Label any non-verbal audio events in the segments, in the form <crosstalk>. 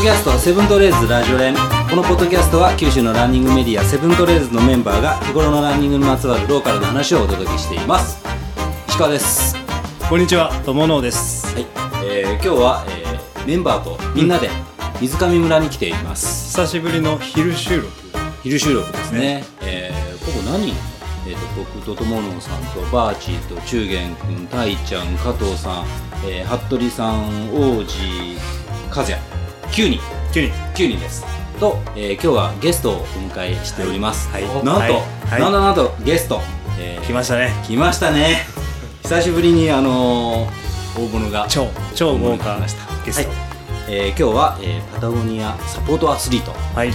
キャストセブントレーズラジオ連このポッドキャストは九州のランニングメディアセブントレーズのメンバーが日頃のランニングにまつわるローカルな話をお届けしています石川ですはこんにちは、とものうです。い、えー、今日は、えーメンバーとみんなで水上村に来ています、久しぶりの昼収録。昼収録ですねえー、ここ何えー、と僕と友野さんとバーチーと中元くんたいちゃん加藤さん、えー、服部さん王子和也9人急に。 9人ですと、えー今日はゲストをお迎えしております、はいなんと、はいなんとなんとゲスト、えー来ましたね。来ましたね久しぶりにあのー大物が、超、超豪来華ましたゲスト。えー今日は、えーパタゴニアサポートアスリートはい。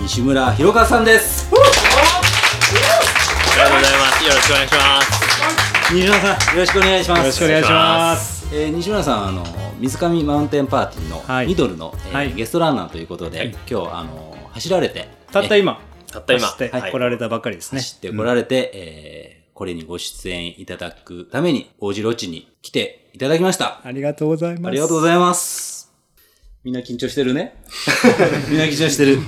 西村弘和さんですよありがとうございます。よろしくお願いします。西野さん、よろしくお願いしますろしくお願いします。えー西村さんあの水上マウンテンパーティーはのいミドルの、えーはいゲストランナーということで、今日あの走られてたった今、たった今、走ってはい来られたばかりですね。知ってこられて、えーこれにご出演いただくために、王子ロッチに来ていただきました。ありがとうございます。ありがとうごいざいます。みんな緊張してる <laughs> ね。みんな緊張してる。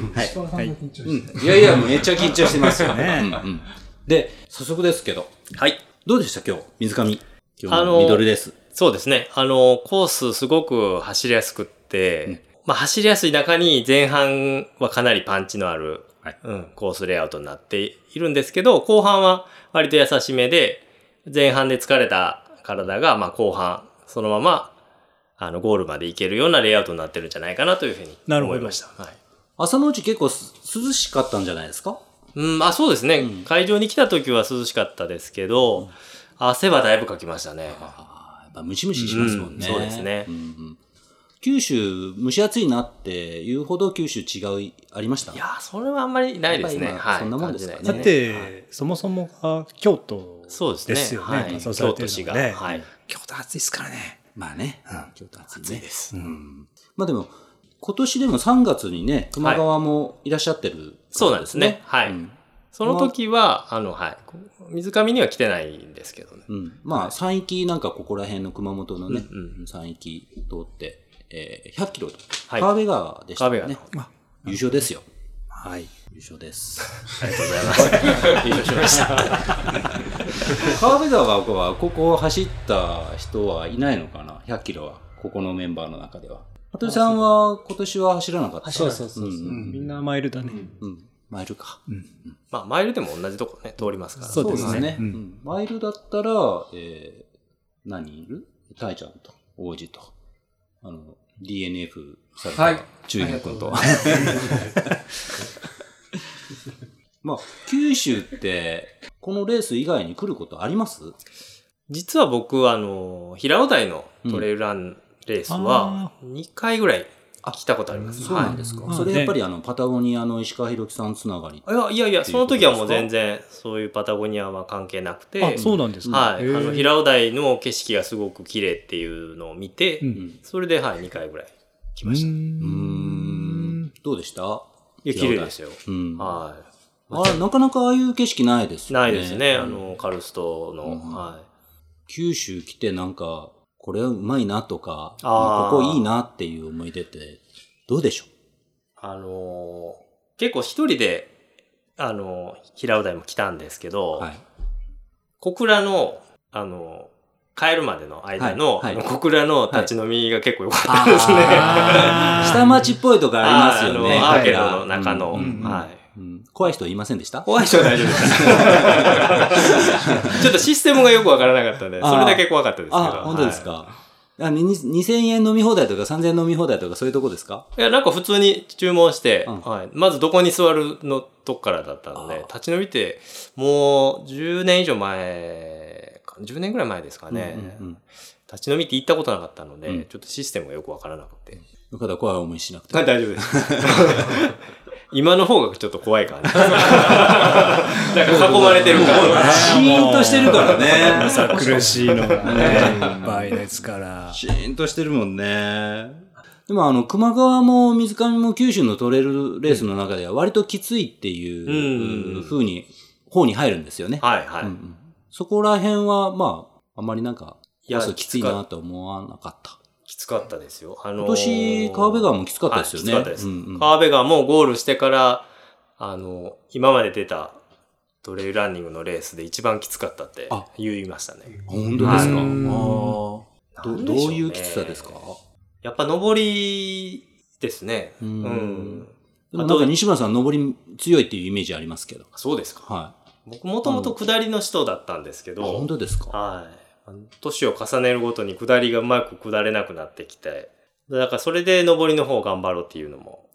はい。うん、いやいや、めっちゃ緊張してますよ。ねうんうんで、早速ですけど、はい。どうでした今日、水上。今日あののミドルです。そうですね。あの、コースすごく走りやすくって、まあ走りやすい中に前半はかなりパンチのある、はいうん、コースレイアウトになっているんですけど、後半は割と優しめで、前半で疲れた体が、まあ後半、そのまま、あの、ゴールまで行けるようなレイアウトになってるんじゃないかなというふうになるほ思どいました。はい。朝のうち結構す涼しかったんじゃないですかうん、あ、そうですね、うん会場に来た時は涼しかったですけど、汗はだいぶかきましたね。あーやっぱムシムシしますもんね。うんそうですねうんうん九州、蒸し暑いなっていうほど九州違う、ありましたいやー、それはあんまりないですね。やっぱり今はい。そんなもんですかね感じだないっですねて、そもそもが京都そうですね。ですよね。はい、仮装され京てる都の市が。ねはい。京都暑いですからね。まあね、んちょっと暑いね。す。うんまあでも、今年でも3月にね、熊川もいらっしゃってる、そうなんですね。はい。うんその時は、あの、はい。水上には来てないんですけどね。うんまあ、山域なんかここら辺の熊本のね、うんうん山域通って、えー100キロと、はい川辺川でした川ね辺。川優勝ですよ。はい。優勝です。 <laughs> ありがとうございます。優勝しました。 <laughs> 川辺川はここを走った人はいないのかな100キロはここのメンバーの中では服部さんは今年は走らなかったそうそうそううんみんなマイルだね。うんマイルか、まあ、マイルでも同じとこね、通りますから。そうですねね、うんうんマイルだったら、えー、何いるタイちゃんと王子とあの DNF された、はい中元君と <laughs> まあ九州ってこのレース以外に来ることあります実は僕、あの、平尾台のトレイルランレースは、2回ぐらい来たことあります。そうなんですか、はいうんそれやっぱりあのパタゴニアの石川博樹さんつながり、はい。いやいやいや、っていうそこのとですか時はもう全然、そういうパタゴニアは関係なくて。あ、そうなんですか。はい、へーあの平尾台の景色がすごく綺麗っていうのを見て、うんうんそれではい2回ぐらい来まう。した。いうんんどうでしたや綺麗ですよ。うん、あはなかなかああいう景色ないですい。よねないですね、うんあのカルストの、うんはい。九州来てなんかこれはうまいなとかあーここいいなっていう思い出ってどうでしょあのー結構一人であのー平尾台も来たんですけど、う、はい、小倉のあのー帰るまでの間の、はいはいあの小倉の立ち飲みが結構良かった。あー下町っぽい <laughs> とこありますよねあのアーケードのなん中かの、うんはい。うん怖い人いませんでした怖い人は大丈夫です。 <laughs> ちょっとシステムがよくわからなかったんで、あーそれだけ怖かったですけど。あ本当ですはか、あに2000円飲み放題とか3000円飲み放題とかそういうとこですかい、いや、なんか普通に注文して、うんはい、まずどこに座るのとこからだったんあで、ー立ち延びて、もう10年以上前か、10年ぐらい前ですかね。うんうんうん立ち飲みって行ったことなかったので、うんちょっとシステムがよくわからなくて。よかった、怖い思いしなくて。はい、大丈夫です。 <laughs> 今の方がちょっと怖い感 <laughs> じ。なんか囲まれてるから。シーンとしてるからね。さ苦しいのがね、いっぱいですから。シーンとしてるもんね。でもあの、熊川も水上も九州のトレイルレースの中では割ときついっていううん風に、方に入るんですよね。はいはい。うんうんそこら辺は、まあ、あんまりなんか、いやそうきついなとは思わなかった。きつつかったですよ。あの今ー年、川辺川もきつかったですよね。はいきつかったですうんうん川辺がもうゴールしてから、あの、今まで出たトレイルランニングのレースで一番きつかったってあ言いましたね。本当ですか。あはいーどなんどでうしょねいうきつさですかやっぱ上りですね。ううんん。でもなんか西村さん、登り強いっていうイメージありますけど。そうですか。はい。僕もともと下りの人だったんですけあど本、当ですか。はい。年を重ねるごとに下りがうまく下れなくなってきて、だからそれで上りの方を頑張ろうっていうのも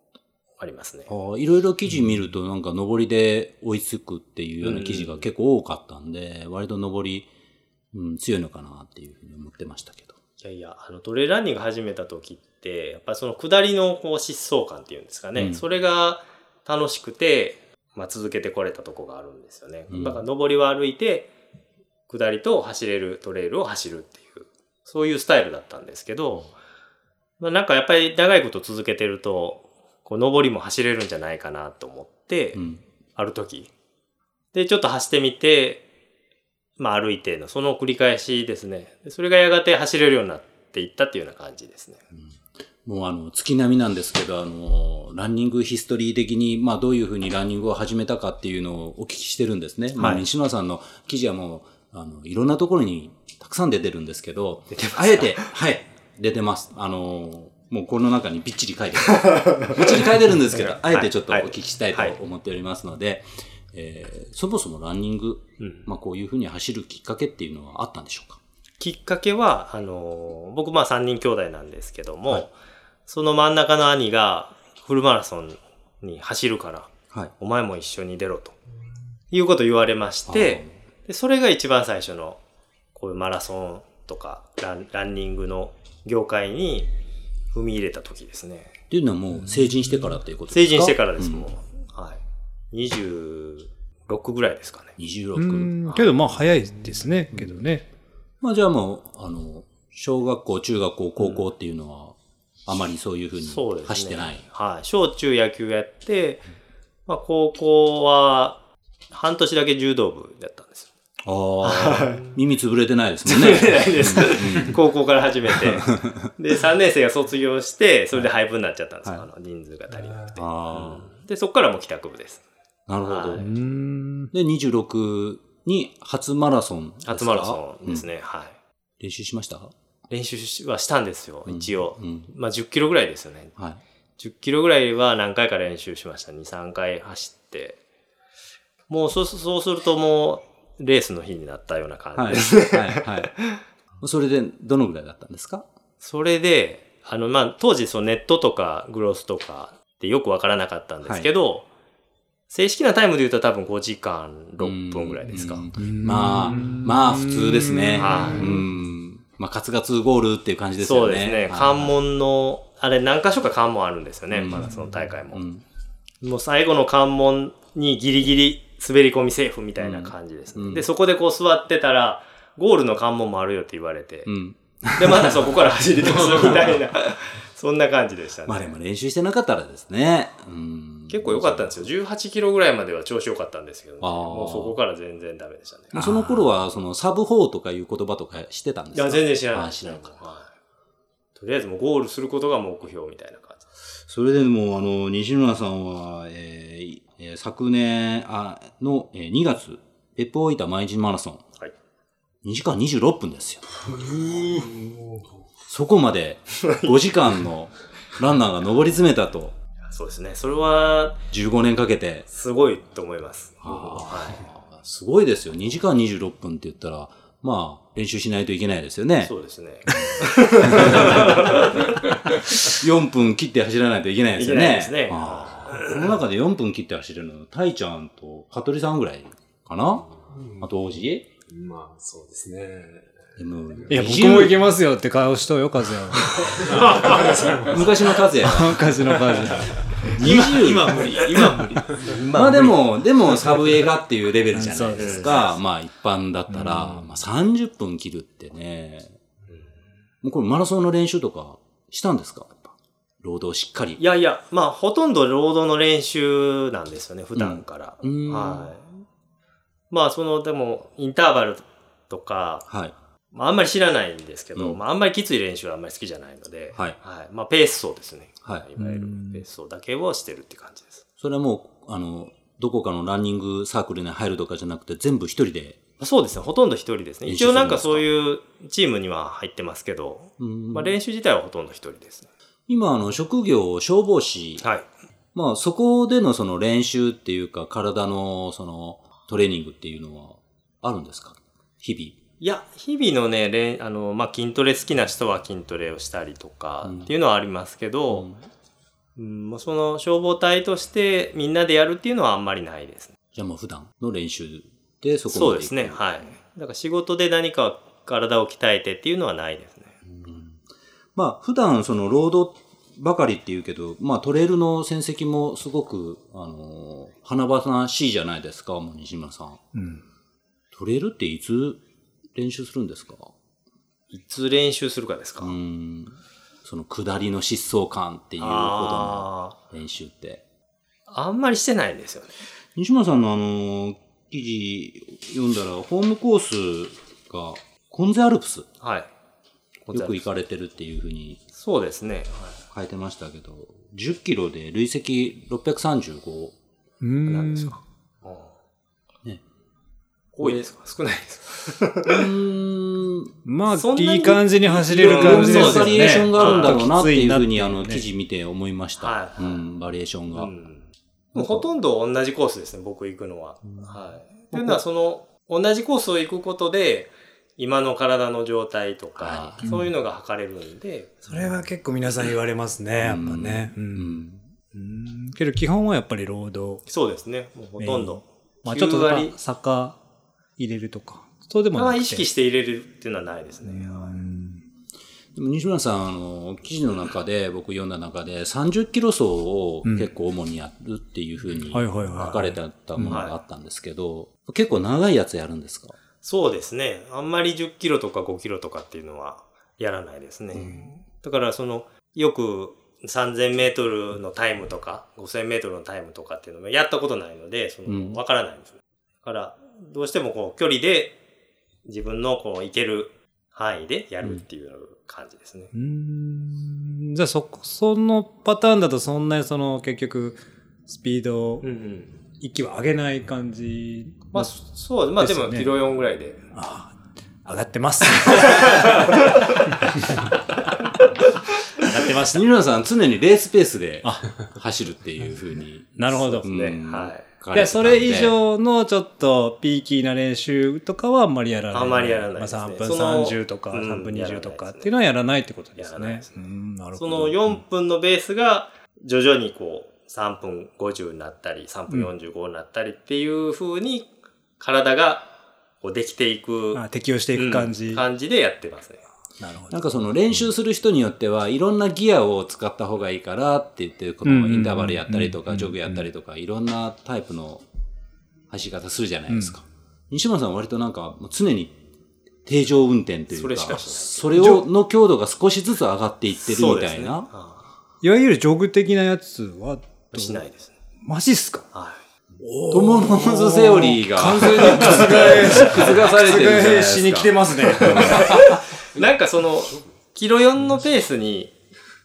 ありますね。あーいろいろ記事見ると、なんか上りで追いつくっていうような記事が結構多かったんで、割と上り、うん、強いのかなっていうふうに思ってましたけど。いやいや、あのトレイルランニング始めた時って、やっぱりその下りのこう疾走感っていうんですかね、うんそれが楽しくて、まあ、続けてこれたとこがあるんですよね。うんだから上りは歩いて、下りと走れるトレイルを走るっていう、そういうスタイルだったんですけど、まあ、なんかやっぱり長いこと続けてると、こう上りも走れるんじゃないかなと思って、うん。ある時。で、ちょっと走ってみて、まあ歩いての、その繰り返しですね。でそれがやがて走れるようになっていったっていうような感じですね。もうあの、月並みなんですけど、あの、ランニングヒストリー的に、まあどういうふうにランニングを始めたかっていうのをお聞きしてるんですね。まあ西村さんの記事はもう、あの、いろんなところにたくさん出てるんですけど、あえて、はい、出てます。あの、もうこの中にびっちり書いてます。びっちり書いてるんですけど、あえてちょっとお聞きしたいと思っておりますので、えーそもそもランニング、うんまあこういうふうに走るきっかけっていうのはあったんでしょうかきっかけは、あのー僕まあ3人兄弟なんですけども、その真ん中の兄がフルマラソンに走るから、はい。お前も一緒に出ろと、いうことを言われまして、でそれが一番最初の、こういうマラソンとかラン、ランニングの業界に踏み入れた時ですね。っていうのはもう成人してからっていうことで成すか人してからです、うんもう。はい。26ぐらいですかね。 26。うんけどまあ早いですね、けどね。まあじゃあもう、あの、小学校、中学校、高校っていうのは、あまりそういうふうそうでにすね。走ってない。はい。小中野球やって、まあ高校は半年だけ柔道部だった <laughs> んですよ。あ <laughs> あ、耳潰れてないですもんね。ないです。高校か <laughs> ら始めて。で、3年生が卒業して、それで廃部になっちゃったんですよ。はあの人数が足りなくて。あで、そこからもう帰宅部です。あ、なるほど。はういーん。で、26に初マラソンですか。初マラソンですうんね。はい。練習しました練習はしたんですよ、一応。うん。まあ10キロぐらいですよね。はい。 10キロぐらいは何回か練習しました。2、3回走って。もうそうそうするともうレースの日になったような感はじい。です。はい。はい。それで、どのぐらいだったんですか <laughs> それで、あの、まあ、当時そのネットとかグロスとかってよくわからなかったんですけど、正式なタイムで言うと多分5時間6分ぐらいですか。うんまあ、まあ普通ですね。はういん。まあ、カツカツゴールっていう感じですそようね。ですね。はい関。門の、あれ何箇所か関門あるんですよね。うんまだその大会も。うん。もう最後の関門にギリギリ滑り込みセーフみたいな感じですね。うんで、そこでこう座ってたら、ゴールの関門もあるよって言われて、うん。で、またそこから走り出すみ <laughs> たいな、そんな感じでしたね。まあでも練習してなかったらですね。うん、結構良かったんですよ。18キロぐらいまでは調子良かったんですけど、ね、あーもうそこから全然ダメでしたね。もうその頃は、その、サブ4とかいう言葉とかしてたんでいすかや、全然知あらなーい。知らんかはいとりあえずもうゴールすることが目標みたいな感じ。それでも、あの、西村さんは、えーえー昨年あの、えー2月、別府大分毎日マラソン、はい。 2時間26分ですよ。そこまで5時間のランナーが上り詰めたと、そうですね。それは、 15年かけて。すごいと思います。はあーすごいですよ。2時間26分って言ったら、まあ、練習しないといけないですよねい。。そうですね。 4分切って走らないといけないですよね。いけないですねああこの中で4分切って走るの、タイちゃんと香取さんぐらいかな、あと王子まあ、そうですね。でもいや、僕もいけけますよって顔しとうよ、カズヤは。昔の和也。 <laughs> カズのカズ。今、今無理。今無理。まあでも、でもサブ映画っていうレベルじゃないですか。まあ一般だったら、まあ30分切るってね。もうこれマラソンの練習とかしたんですかやっぱ労働しっかりい。やいや、まあ、ほとんど労働の練習なんですよね、普段から。うんはい。まあ、その、でも、インターバルとか、はい。まあ、あんまり知らないんですけど、うんまあ、あんまりきつい練習はあんまり好きじゃないので、はいまあ、ペース走ですね。はい。いわゆるうんペース走だけをしてるって感じです。それはもう、あの、どこかのランニングサークルに入るとかじゃなくて、全部一人で、そうですね。ほとんど一人ですね。練習一応なんかそういうチームには入ってますけど、うんまあ、練習自体はほとんど一人ですね。今、あの、職業、消防士、はい。まあ、そこでのその練習っていうか、体のそのトレーニングっていうのはあるんですか日いや、日々のね、練あの、まあ、筋トレ好きな人は筋トレをしたりとかうんっていうのはありますけ々。ど、うん、もうその消防隊としてみんなでやるっていうのはあんまりないですね。じゃあもう普段の練習でそこそまでうで行くすね。はい。だから仕事で何か体を鍛えてっていうのはないですね。まあ、普段その労働ばかりっていうけど、まあ、トレイルの戦績もすごく、あのー華々しいじゃないですか、もう西村さん。うん。トレイルっていつ練習するんですかいつ練習するかですか、うーん。その下りの疾走感っていうほどのあ練習って。あ、あんまりしてないんですよね。西村さんのあの、記事読んだら、ホームコースが、コンゼアルプス、よはい。く行かれてるっていうふうにそうですね。はい書いてましたけど、10キロで累積635。うん。何ですかうんね多いですか少ないですうーん、まあそん、なにいい感じに走れいるろ感んじでなすよね。バリエーションがあるんだろうなっていうふうに、あの、きつい記なっていうね事見て思いました。はいはういん、バリエーションか、が。うん、もうほとんど同じコースですね、僕行くのは。はい。というのは、その、同じコースを行くことで、今の体の状態とかあ、そういうのが測れるんで、それは結構皆さん言われますね、やっぱね。う。うんん。うんけど基本はやっぱり労働。そうですね、もうほとんど。まあちょっとだから9割坂入れるとか。そうでもまなあ、くて。意識して入れるっていうのはないですね。うんでも西村さん、あの、記事の中で、僕読んだ中で、30キロ走を結構主にやるっていうふうにはいはいはい。書かれてあったものがあったんですけど、結構長いやつやるんですかそうですね。あんまり10キロとか5キロとかっていうのはやらないですね。だからその、よく3000メートルのタイムとか、5000メートルのタイムとかっていうのもやったことないので、そうんの、わからないんです。だから、どうしてもこう、距離で自分のこう、いける範囲でやるっていう感じですね。うーんじゃあそこ、そのパターンだとそんなにその結局、スピードをうん、うん。息を上げない感じ。まあ、そう、まあでも、キロ4ぐらいで。上がっ <laughs> てます。上がってました。西村さん、常にレースペースで走るっていうふうに。なるほど。ねうんはい書かれてたで、そんでれ以上のちょっとピーキーな練習とかはあんまりやらない。あんまりやらないですねまあ3分その30とか、う3ん分20とやらかっないですねていうのはやらないってことですやらないねで。すうんなるその4分のベースが徐々にこう3分50になったり3分45になったりっていう風に体がこうできていく、あ適応していく感じ。うんな感じでやってますね。るほど。なんかその練習する人によっては、いろんなギアを使った方がいいからって言って、このインターバルやったりとうんうか、んジョグやったりとか、いろんなタイプの走り方するじゃないですか。西村さんは割となんか、もう常に定常運転というか、それしかしないそれを、の強度が少しずつ上がっていってるみたいな。あいわゆるジョグ的なやつはどあう、しないですね。マジっすかはトモノーズセオリーが完全に覆覆されてるじゃないで覆すしかに来てますね。い。なんかそのキロ4のペースに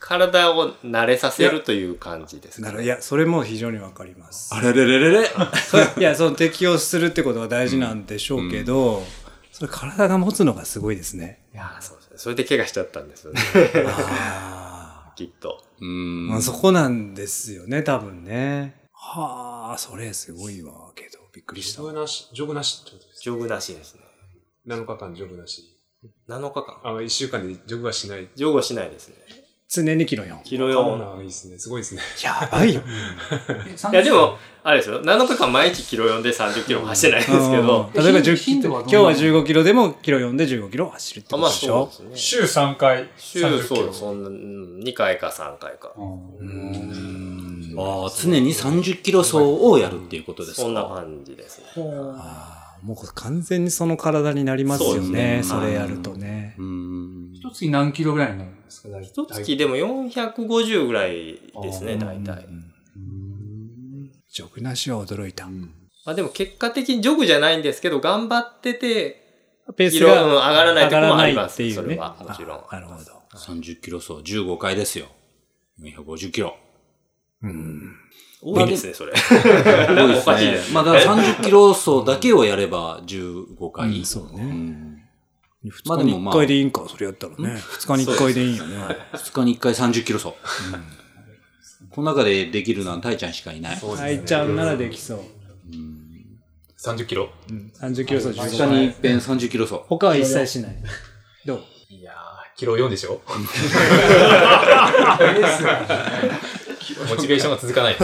体を慣れさせるという感じですなかるいや、それも非常にわかります。あれれれれれいや、その適応するってことは大事なんでしょうけど、それ体が持つのがすごいですね。いやーそうですね。それで怪我しちゃったんですよ <laughs> ね。あきっと。うーんまあそこなんですよね、多分ね。はあ、それすごいわ、けど、びっくりしジたョ。グなし、ジョグなしってことです。ジョグなしですね。 7日間ジョグなし。 7日間。あ、1週間でジョグはしない。ジョグはしないですね。常にキロ4。キロコロ4ナ。はいいですね。すごいですね。やばいよ。いやでも、あれですよ。7日間毎日キロ4で30キロも走ってないんですけど。うん例えば10キ頻ロ、度はど今んな日は15キロでもキロ4で15キロ走るってあこまとあでしそうょで。すね。週3回。週、 30キそう、ロそんな、うん2回か3回か。ああ常に30キロ走をやるっていうことですか。そんな感じですね。あーもう完全にその体になりますよそうね、ですねそれやるとね。うん一月に何キロぐらいになるんですか大体一月でも450ぐらいですね、大体う。んジョグなしは驚いた。まあでも結果的にジョグじゃないんですけど、頑張ってて、ペース色がうん上がらないとこもあります。上そがられないはっていうねもちろん。なるほど。 30キロ走15回ですよ。450キロ。多いですね、 <laughs> それ。多いおかしいですねまあ、だから30キロ走だけをやれば15回。うんそうねんま2あ日でにもま1あ回でいいんか、それやったらね。2日に1回でいいよね。 2日に1回30キロ走。この中でできるのはタイちゃんしかいない。そうですね。愛ちゃんならできそう。 30キロ。 30キロ走2 15日に回。一遍30キロ走。他は一切しない。どういやー、キロ4でしょモチベーションが続かないで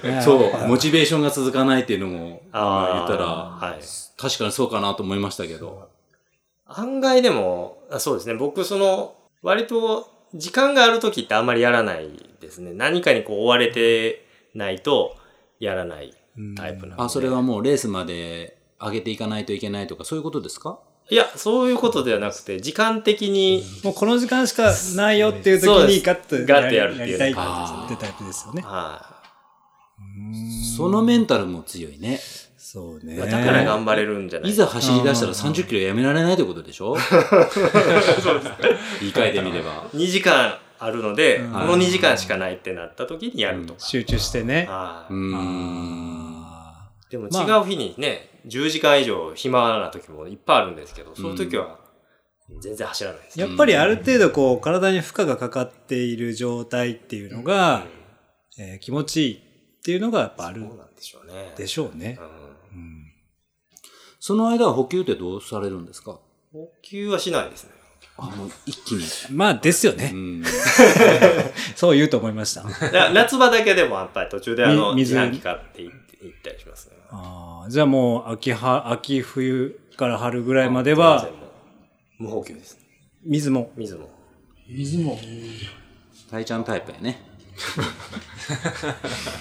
すね。そう、モチベーションが続かないっていうのも、まあ言あーったら、はい確かにそうかなと思いましたけど。案外でも、あそうですね。僕、その、割と、時間がある時ってあんまりやらないですね。何かにこう追われてないと、やらないタイプなので。あ、それはもうレースまで上げていかないといけないとか、そういうことですかいや、そういうことではなくて、時間的に、もうこの時間しかないよっていう時そうでにすガッとガッとやるっていうりたいってあータイプですよね。はそのメンタルも強いね。そういね。まあだから頑張れるんじゃないいかざ走り出したら30キロやめられないということでし <laughs> ょ言い換えてみれば。 2時間あるので、うんこの2時間しかないってなった時にやるとか。集中してね。はうーいん。でも違まあう日にね、10時間以上暇な時もいっぱいあるんですけど、そういう時は全然走らないですね。やっぱりある程度こう体に負荷がかかっている状態っていうのが、えー気持ちいいっていうのがやっぱあるそうなんでしょうね。でしょうねう。んその間は補給ってどうされるんですか補給はしないですね。あ、もう一気に。まあですよね。うん。そう言うと思いま <laughs> した。だから夏場だけでもやっぱり途中であの、み自水販機買って行って行ったりしますね。あーじゃあもう秋は、秋冬から春ぐらいまでは全、然もう無補給ですね。水も。水も。水も。タイちゃんタイプやね。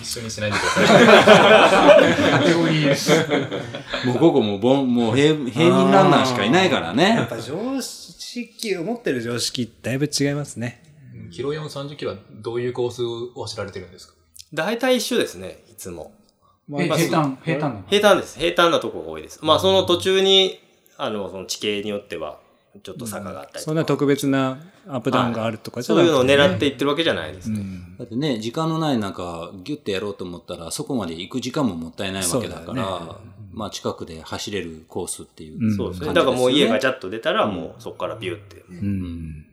一緒にしないでください。カテゴリー。もうここもうボン、もう平平民ランナーしかいないからね。常識、思ってる常識、だいぶ違いますね。キロ4、30キロはどういうコースを走られてるんですか大体一緒ですね、いつも。まえ、平坦、平坦なの平坦です。平坦なとこが多いです。まあその途中に、あの、その地形によっては、ちょっと坂があったりそとんかな。特別なアップダウンがあるとかじゃそうなくいてうのを狙っていってるわけじゃないですね。だってね、時間のない中、ギュッてやろうと思ったら、そこまで行く時間ももったいないわけだから、そうだまあ近くで走れるコースっていう。うんそうですね。感じですよねだからもう家がジャッと出たら、もうそこからビューって。うん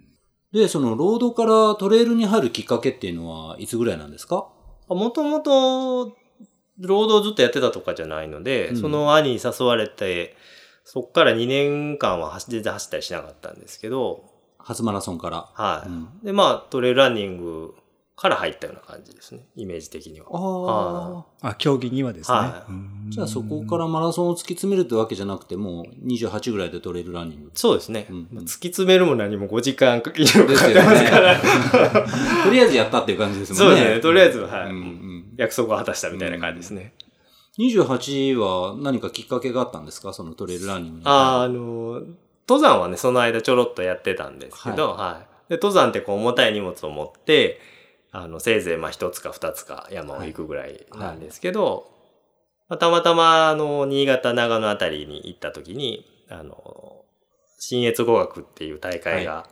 で、そのロードからトレイルに入るきっかけっていうのは、いつぐらいなんですかもともと、労働をずっとやってたとかじゃないので、うんその兄に誘われて、そこから2年間は走全然走ったりしなかったんですけど、初マラソンから。はい。うんで、まあ、トレイルランニングから入ったような感じですね。イメージ的には。あはあ。あ、競技にはですね。はいうんじゃあそこからマラソンを突き詰めるってわけじゃなくて、もう28ぐらいでトレイルランニ <laughs> ング。そうですね。うん突き詰めるも何も5時間以上でかかすっよてますね。とりあえずやったっていう感じですもそんうね。ですね。とりあえず、はい。うんうん <laughs> 約束を果たしたみたいな感じですね。 28は何かきっかけがあったんですかそのトレイルランニングに。あの、登山はね、その間ちょろっとやってたんですけど、はい。で、登山ってこう重たい荷物を持って、あの、せいぜいまあ一つか二つか山を行くぐらいなんですけど、まあ、たまたま、あの、新潟、長野あたりに行った時に、あの、新越語学っていう大会が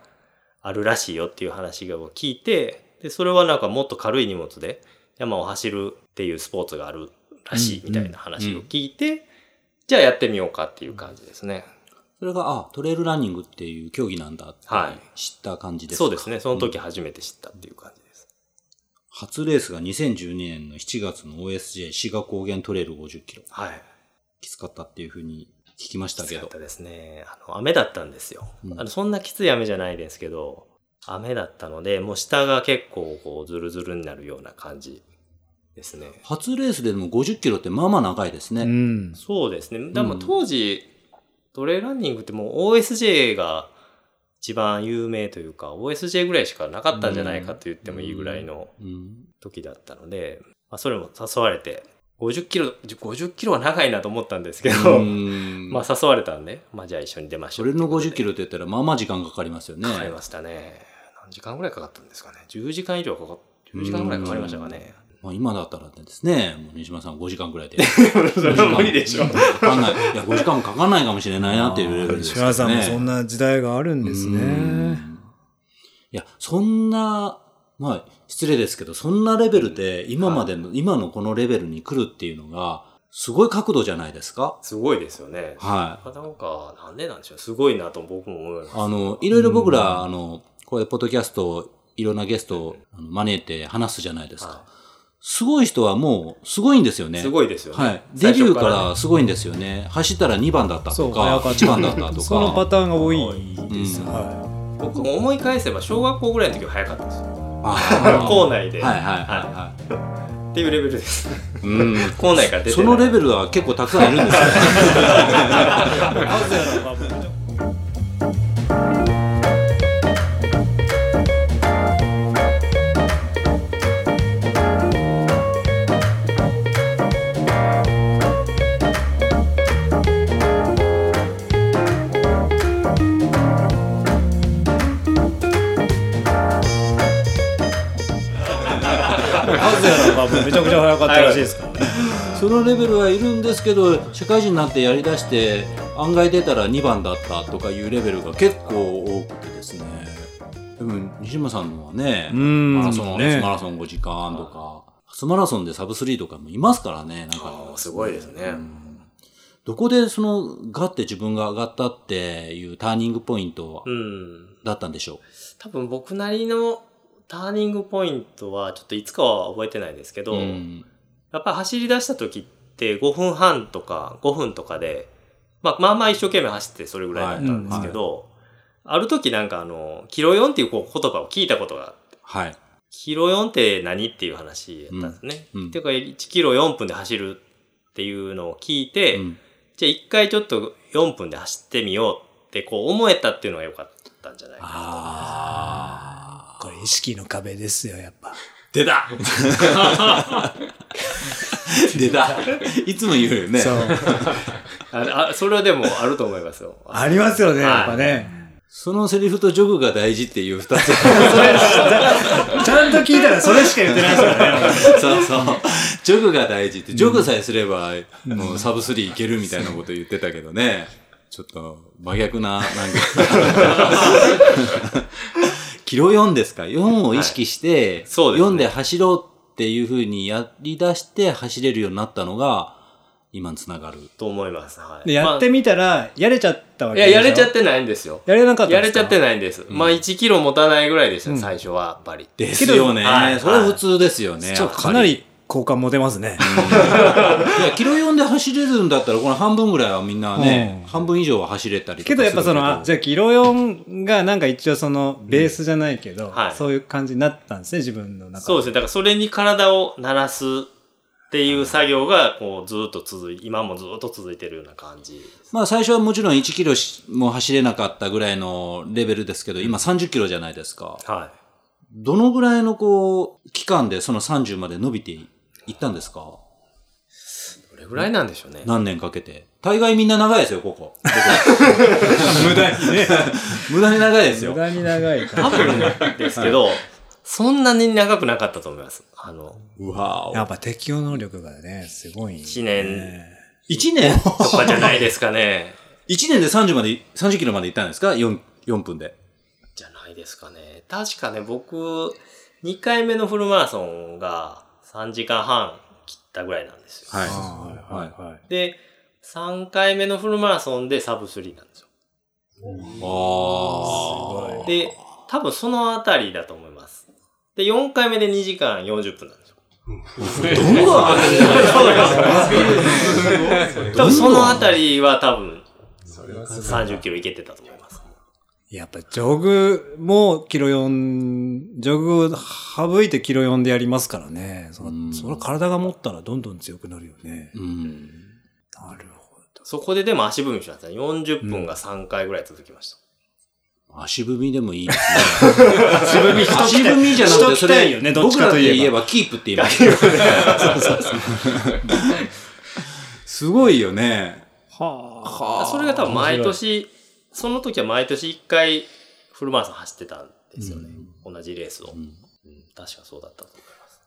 あるらしいよっていう話を聞いて、で、それはなんかもっと軽い荷物で山を走るっていうスポーツがあるらしいみたいな話を聞いて、じゃあやってみようかっていう感じですね。それが、あ、トレイルランニングっていう競技なんだってはい知った感じですか、そうですね。その時初めて知ったっていう感じです。初レースが2012年の7月の OSJ 志賀高原トレイル50キロ。はい。きつかったっていうふうに聞きましたきけつかどっ。たですね。あの、雨だったんですよ。うんあの、そんなきつい雨じゃないですけど、雨だったので、もう下が結構こう、ズルズルになるような感じですね。初レースでも50キロってまあまあ長いですね。うん。そうですね。でうもん当時、トレイルランニングってもう OSJ が一番有名というか、OSJ ぐらいしかなかったんじゃないかと言ってもいいぐらいのうん時だったので、まあ、それも誘われて、50キロ、50キロは長いなと思ったんですけど、うん <laughs> まあ誘われたんで、まあじゃあ一緒に出ましょ。そうれの50キロロって言ったらまあまあ時間かかりますよね。かかりましたね。何時間ぐらいかかったんですかね。10時間以上かかっ、10時間ぐらいかかりましたかね。まあ、今だったらですね、もう西村さん5時間ぐらいで。それ <laughs> は無理でしょ。かかんない。いや、5時間もかかんないかもしれないなっていうレベルです志からね。村さんもそんな時代があるんですうねん。いや、そんな、まあ、失礼ですけど、そんなレベルで、今までの、今のこのレベルに来るっていうのが、すごい角度じゃないですか。すごいですよね。はい。あなんか、なんでなんでしょう。すごいなと僕も思います。あの、いろいろ僕ら、あの、こういうポッドキャストを、いろんなゲストをあの招いて話すじゃないですかは。すごい人はもう、すごいんですよいね。すごいですよね。はい。デビューか最初ねらすごいんですよね。走ったら2番だったとそう、早か、かっ1番だったとた。か。そのパターンが多いです。うんは僕も思い返せば小学校ぐらいの時は早かったですよ。あー校内で、はいはいはっていうレベルです。いはい。うん。 <laughs> 校内から出てないそのレベルは結構たくさんいるんですよね。い。なぜならば僕なぜならばもうめちゃくちゃ早かったらしいですからね。そのレベルはいるんですけど社会人になってやりだして案外出たら2番だったとかいうレベルが結構多くてですねでも西村さんのはねうんマラソン、ね初マラソン5時間とか初マラソンでサブ3とかもいますからねなんあかーすごいですね。どこでそのガッて自分が上がったっていうターニングポイントうん。だったんでしょ多分僕なりのターニングポイントはちょっといつかは覚えてないですけうど、んやっぱり走り出した時って5分半とか5分とかで、まあ、まあまあ一生懸命走ってそれぐらいだったんですけど、ある時なんかあの「キロ4」っていうこう言葉を聞いたことがはいキロ4って何っていう話やったんですね。うんうんっていうか1キロ4分で走るっていうのを聞いて、うんじゃあ一回ちょっと4分で走ってみようってこう思えたっていうのが良かったんじゃないかなあこれ意識の壁ですよ、やっぱ。出たー <laughs> 出 <laughs> たいつも言うよねそう。ああそれはでもあると思いますよ。ありますよね、はいやっぱね。そのセリフとジョグが大事っていう二つ。ちゃんと聞いたらそれしか言ってないですよね。そうそう。ジョグが大事って、ジョグさえすれば、もうサブスリーいけるみたいなこと言ってたけどね。ちょっと、真逆な、なんか。キロ4ですか ?4 を意識して、そうですね4で走ろうっていうふうにやり出して走れるようになったのが、今につながる。と思います。は <laughs> い、でやってみたら、やれちゃったわまあけ。いや、やれちゃっててないんですよ。やれなかったやんですれちかゃってないんです。まあ1キロ持たないぐらいでした、最初はやっぱり。ですよね。はいそれは普通ですよね。ちょっとかなり好感持てますね。いや、キロ4で走れるんだったら、この半分ぐらいはみんなね、うん半分以上は走れたりとか <laughs> けどやっぱその、するあ、じゃあ、キロ4がなんか一応その、ベースじゃないけど、はいそういう感じになったんですね、自分の中で。そうですね。だからそれに体を慣らすっていう作業が、こう、ずっと続い、今もずっと続いてるような感じ。まあ最初はもちろん1キロしも走れなかったぐらいのレベルですけど、今30キロじゃないですか。はどのぐらいのこう、期間でその30まで伸びていったんですかい。どれぐらいなんでしょうね。何年かけて。大概みんな長いですよ、ここ。 <laughs> ここ無駄にね。無駄に長いですよ <laughs> 無。駄に長いから多分ですけど、 <laughs> そんなに長くなかったと思います。あの、うわやぁ。っぱ適応能力がね、すごい、ね。 1年1年とかじゃないですかね。 ?1 年で30まで、30キロまで行ったんですか ?4、4分で。 <laughs> じゃないですかね。確かね、僕、2回目のフルマラソンが3時間半切ったぐらいなんですよ。はい。はいはいはい。で、3回目のフルマラソンでサブ3なんですよ。ああ。で、多分そのあたりだと思います。で、4回目で2時間40分なんですよ。ど <laughs> んどん上がるじゃないですか。多分そのあたりは多分それはすごい。 30キロいけてたと思います。やっぱジョグもキロ4、ジョグを省いてキロ4でやりますからね。そうんそれは体が持ったらどんどん強くなるよね。うん。なるほど。そこででも足踏みしましたね。40分が3回ぐらい続きました。足踏みでもいいですね。足踏み、足踏みじゃなくて、そしときたいれよ、ねどっ僕ちらかでといえば言えばキープって言います。すごいよね。ははそれが多分毎年、その時は毎年1回フルマラソン走ってたんですよね。同じレースを、うん確かそうだったと思います。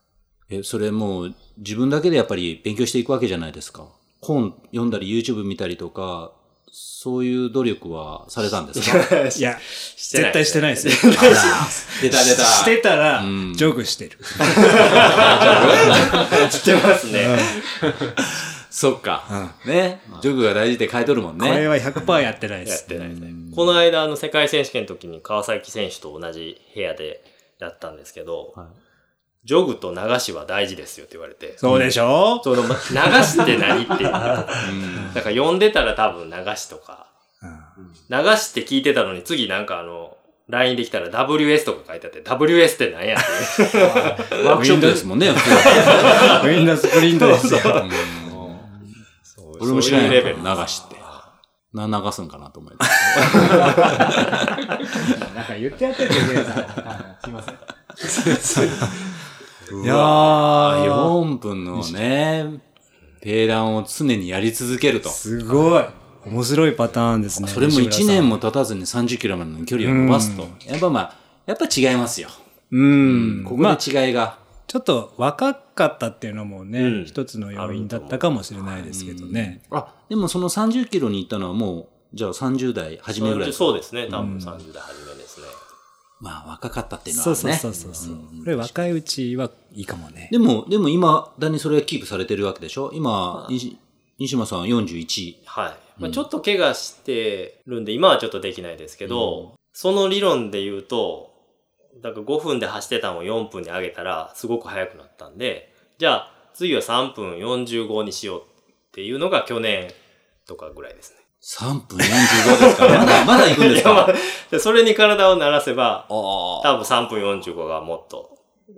え、それもう自分だけでやっぱり勉強していくわけじゃないですか。本読んだり YouTube 見たりとか、そういう努力はされたんですかいや、してな絶い対してないですね。出た出た。してたら、うんジョグしてる。してますね。そっか。ね。ジョグが大事って書いとるもんこれね。は100%やってないでやっす。てないですね。この間、あの、世界選手権の時に川崎選手と同じ部屋でやったんですけど、ジョグと流しは大事ですよって言われて、そうでしょその、ま流しって <laughs> 何っていう。うんなんか読んでたら多分流しとか、うん流しって聞いてたのに次なんかあの、LINE できたら WS とか書いてあって、WS って何やっていう。ワークショップですもんね。普通 <laughs> Windows プリントですよ。そう俺も知そうらないういレベ流ル。しって。な、流すんかなと思います。なんか言ってやってるけど、ゲイさんはいすいません。いやー、 4分のね、ペーランを常にやり続けると。すごい。面白いパターンですね。それも1西村さ年ん。も経たずに30キロまでの距離を伸ばすと。やっぱまあ、やっぱ違いますよ。うん。ここまあ、で違いが。ちょっと若かったっていうのもね、うん一つの要因だったかもしれないですけどね。あ、でもその30キロに行ったのはもう、じゃあ30代 <laughs> 初めぐらい。そうですね、多分30代初めですね。まあ若かったっていうのはそね。うそうそうそうそう。これ若いうちはいいかもね。でも、でも今、だにそれがキープされてるわけでしょ今、西西村さんは41。はい。まあ、ちょっと怪我してるんで、今はちょっとできないですけど、その理論で言うと、だから5分で走ってたのを4分に上げたら、すごく速くなったんで、じゃあ次は3分45にしようっていうのが去年とかぐらいですね。 3分45ですから、まだ、まだ行くんです <laughs> かあでそれに体を慣らせば、あ。多分3分45がもっと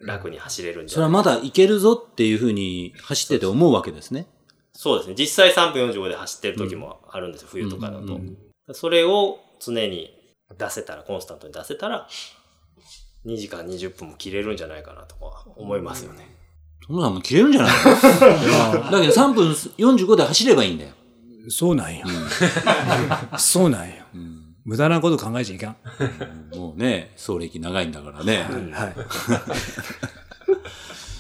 楽に走れるんじそゃれなはいまだいけるぞっていうふうに走ってて思うわけですね。そうですね。実際3分45で走ってる時もあるんですよ、冬とかだと。それを常に出せたら、コンスタントに出せたら、2時間20分も切れるんじゃないかなとか思いますよね。そんなのもう切れるんじゃないのだけど3分45で走ればいいんだよ。そうなんよ。 <laughs> そうなんよ。無駄なこと考えちゃいかん。もうね、総歴長いんだからね。はい。 <laughs>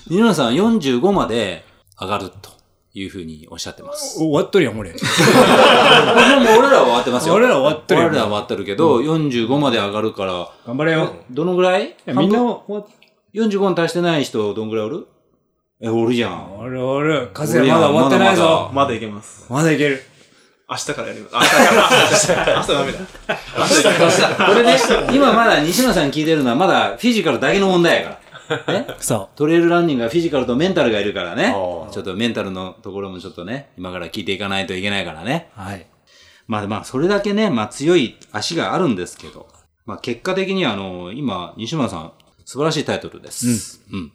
二村さん45まで上がるというふうにおっしゃってます。お終わっとるやん、俺。でも俺らは終わってますよ。俺らは終わってるよ俺らは終わってるけど、45まで上がるから、頑張れよ。どのぐらいいやみんな終わっ ?45 に達してない人、どんぐらいおるえ、おるじゃん。あれあれ、カズヤまだ終わってないぞ。まだいけます。まだいける。明日からやります。明日から。明日ダメだ。これね、今まだ西野さん聞いてるのはまだフィジカルだけの問題やから。ねそトレイルランニングはフィジカルとメンタルがいるからね。ちあょあっとメンタルのところもちょっとね、今から聞いていかないといけないからね。う。はい。まあまあ、それだけね、まあ強い足があるんですけど、まあ結果的にあの、今、西村さん、素晴らしいタイトルです。うん。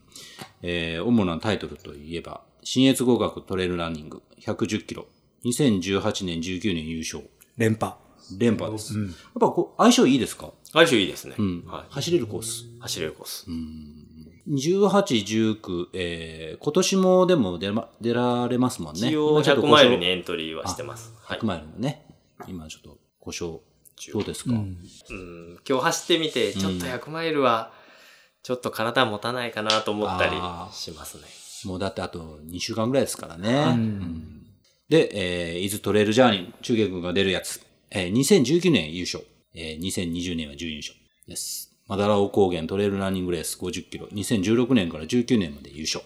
えー主なタイトルといえば、新越合格トレイルランニング110キロ、2018年、19年優勝、連覇。連覇です。やっぱこう、相性いいですか相性いいですね。うん。はい、走れるコース。走れるコース。 18、19、えー、今年もでも出,、ま、出られますもんね。一応今ちょっ100とマイルにエントリーはしてます。はい100。マイルのね、今ちょっと故障、どうですか、うん今日走ってみて、ちょっと100マイルは、ちょっと体持たないかなと思ったりあーしますね。もうだってあと2週間ぐらいですからね。うんで、えー、伊豆トレイルジャーニー、中継軍が出るやつ。えー、2019年優勝。えー、2020年は準優勝です。マダラオ高原トレイルランニングレース50キロ。2016年から19年まで優勝。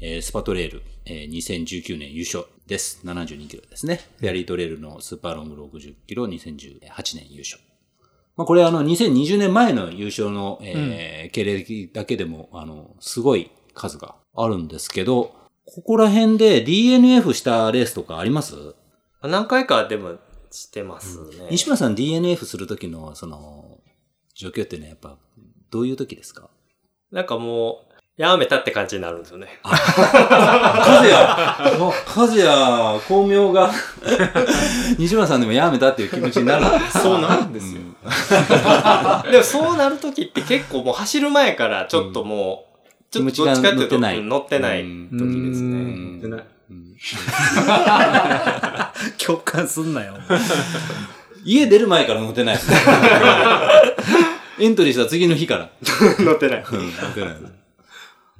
えースパトレイル、えー2019年優勝です。72キロですね。フェアリートレイルのスーパーロング60キロ、2018年優勝。まあ、これあの、2020年前の優勝の、えー経歴だけでも、あの、すごい数があるんですけど、ここら辺で DNF したレースとかあります、何回かでもしてますね。西村さん DNF する時の、その、状況っていうのはやっぱ、どういう時ですかなんかもう、やめたって感じになるんですよね。カズヤ、カズヤ、巧妙が、 <laughs> 西村さんでもやめたっていう気持ちになるんですそうなんですよ。でもそうなるときって結構もう <laughs> 走る前からちょっともう、ちょっとどっちかっていう気持ちが乗ってとないうん乗ってないうん時ですね。んでない共感すんなよ。家出る前から乗ってないですね。エントリーした次の日から。 <laughs> 乗ってない。うん、乗ってない。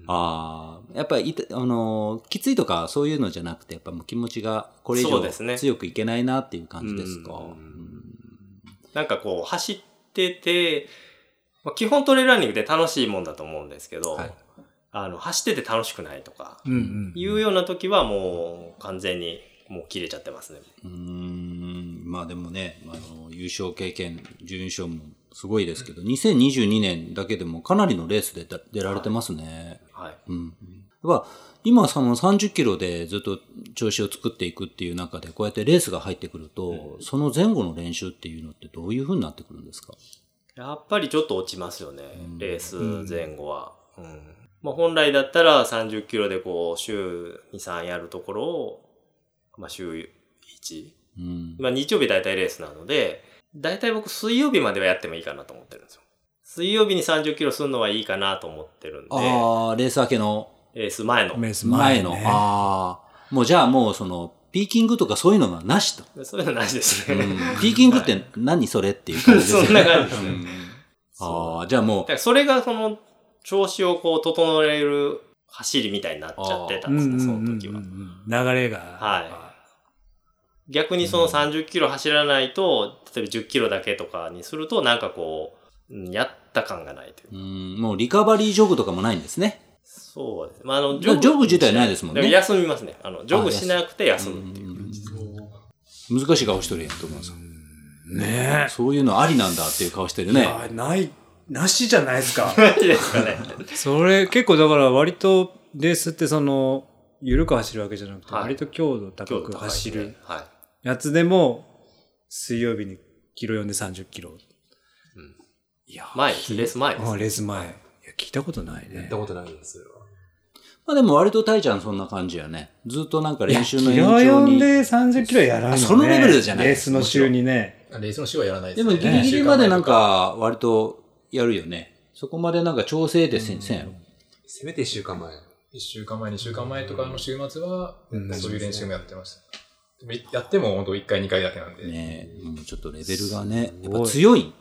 ああ、やっぱりいた、あのーきついとかそういうのじゃなくて、やっぱもう気持ちがこれ以そ上うですね強くいけないなっていう感じですか。うんうんなんかこう、走ってて、まあ基本トレーランニングって楽しいもんだと思うんですけど、はいあの、走ってて楽しくないとか、うんうん。いうような時はもう完全にもう切れちゃってますね。うーんまあでもね、あの、優勝経験、準優勝もすごいですけど、2022年だけでもかなりのレースで出出られてますね。はい。うん。やっぱ今その30キロでずっと調子を作っていくっていう中で、こうやってレースが入ってくると、その前後の練習っていうのってどういう風になってくるんですかやっぱりちょっと落ちますよね、レース前後は。うんまあ、本来だったら30キロでこう週2、3やるところを、まあ、週1。うん。まあ、日曜日大体レースなので、大体僕水曜日まではやってもいいかなと思ってるんですよ。水曜日に30キロするのはいいかなと思ってるんで、ああ、レース明けのレース前の。メス前前の。の。ああ。もうじゃあもうその、ピーキングとかそういうのがなしと。そういうのなしですうん <laughs> ね。ピーキングって何それっていう感じですよね。そんな感じですね。ああ、じゃあもだうか、らそれがその調子をこう整える走りみたいになっちゃってたんですね、その時は。流れが。はい。逆にその30キロ走らないと、例えば10キロだけとかにすると、なんかこう、うんやった感がないといううか。ん、もうリカバリージョグとかもないんですね。そうですね。まあ、あの、だからジョグ自体ないですもんねだから休みますね。あの、ジョグしなくて休むっていう。難しい顔してるやん、と思さん。ねそういうのありなんだっていう顔してるね。え。ない、なしじゃないですか。感じですかね。 <laughs> それ結構だから割とレースってその、緩く走るわけじゃなくて、はい割と強度高今日くとか走る。はやつでも、水曜日にキロ4で30キロ。いやい。前です、レース前ですあ。レース前。いや、聞いたことないやっねた。ことないんですよ。まあでも割とタイちゃんそんな感じやね。ずっとなんか練習のキ延ロ長4に。で30キロやらんの、ね、そのレベルじゃないレースの週にね。レースの週はやらないでですもね。ギリギリまでなんね、か割とやるよね。そこまでなんか調整でせんせんやろ。せめて1週間前。 1週間前、2週間前とかの週末は、うんそういう練習もやってました。でもやっても本当1回、2回だけなんで。ねもうちょっとレベルがね、やっぱ強い。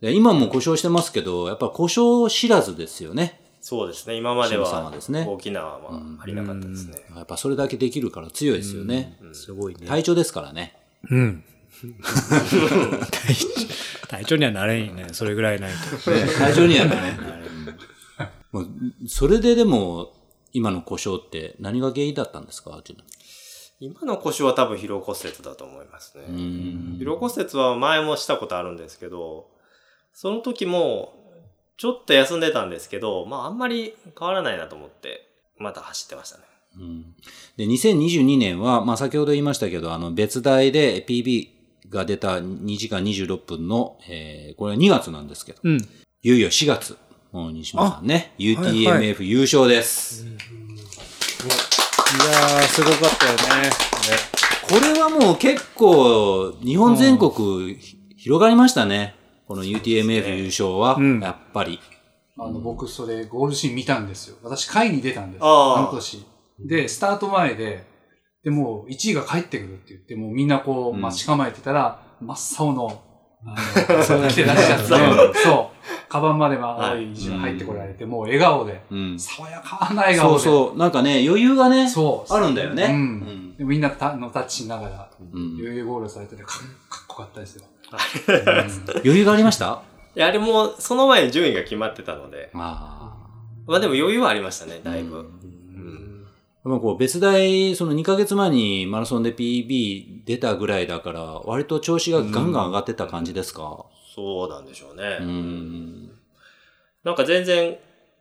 で今も故障してますけど、やっぱ故障知らずですよね。そうですね。今までシム様はですね、沖縄はありなかったですね。やっぱそれだけできるから強いですよね。すごいね。体調ですからね。うん。 <laughs> 体調体調にはなれんよね。それぐらいないと。会場にはやっぱね。 <laughs> もうそれででも、今の故障って何が原因だったんですかちな <laughs> 今の腰は多分疲労骨折だと思いますね。みに疲労骨折は前もしたことあるんですけど、その時も、ちょっと休んでたんですけど、まああんまり変わらないなと思って、また走ってましたね。うんで、2022年は、まあ、先ほど言いましたけど、あの、別題で PB が出た2時間26分の、えーこれは2月なんですけど、うん。いよいよ4月、もう西村さんね、はい UTMF 優勝です、いやー、すごかったよね。これはもう結構、日本全国、広がりましたね。この UTMF 優勝は、うんやっぱり。あの、僕、それ、ゴールシーン見たんですよ。私、下位に出たんです。あああの年。で、スタート前で、で、もう、1位が帰ってくるって言って、もうみんなこう、うん待ち構えてたら、真っ青の、あ <laughs> の、来てらっしゃって、そう、カバンまでも青い人が入ってこられて、もう笑顔で、うん。爽やかな笑顔そで。うそう。なんかね、余裕がね、そう。あるんだよね。ううんん。でみんなたのタッチしながら、うん余裕ゴールされてて、かっかっこよかったですよ。余裕がありましたいや、あれも、その前に順位が決まってたので、ああ。まあでも余裕はありましたね、だいぶ。ううんでもこう別大、その2ヶ月前にマラソンで PB 出たぐらいだから、割と調子がガンガン上がってた感じですかそうなんでしょうね。うん。なんか全然、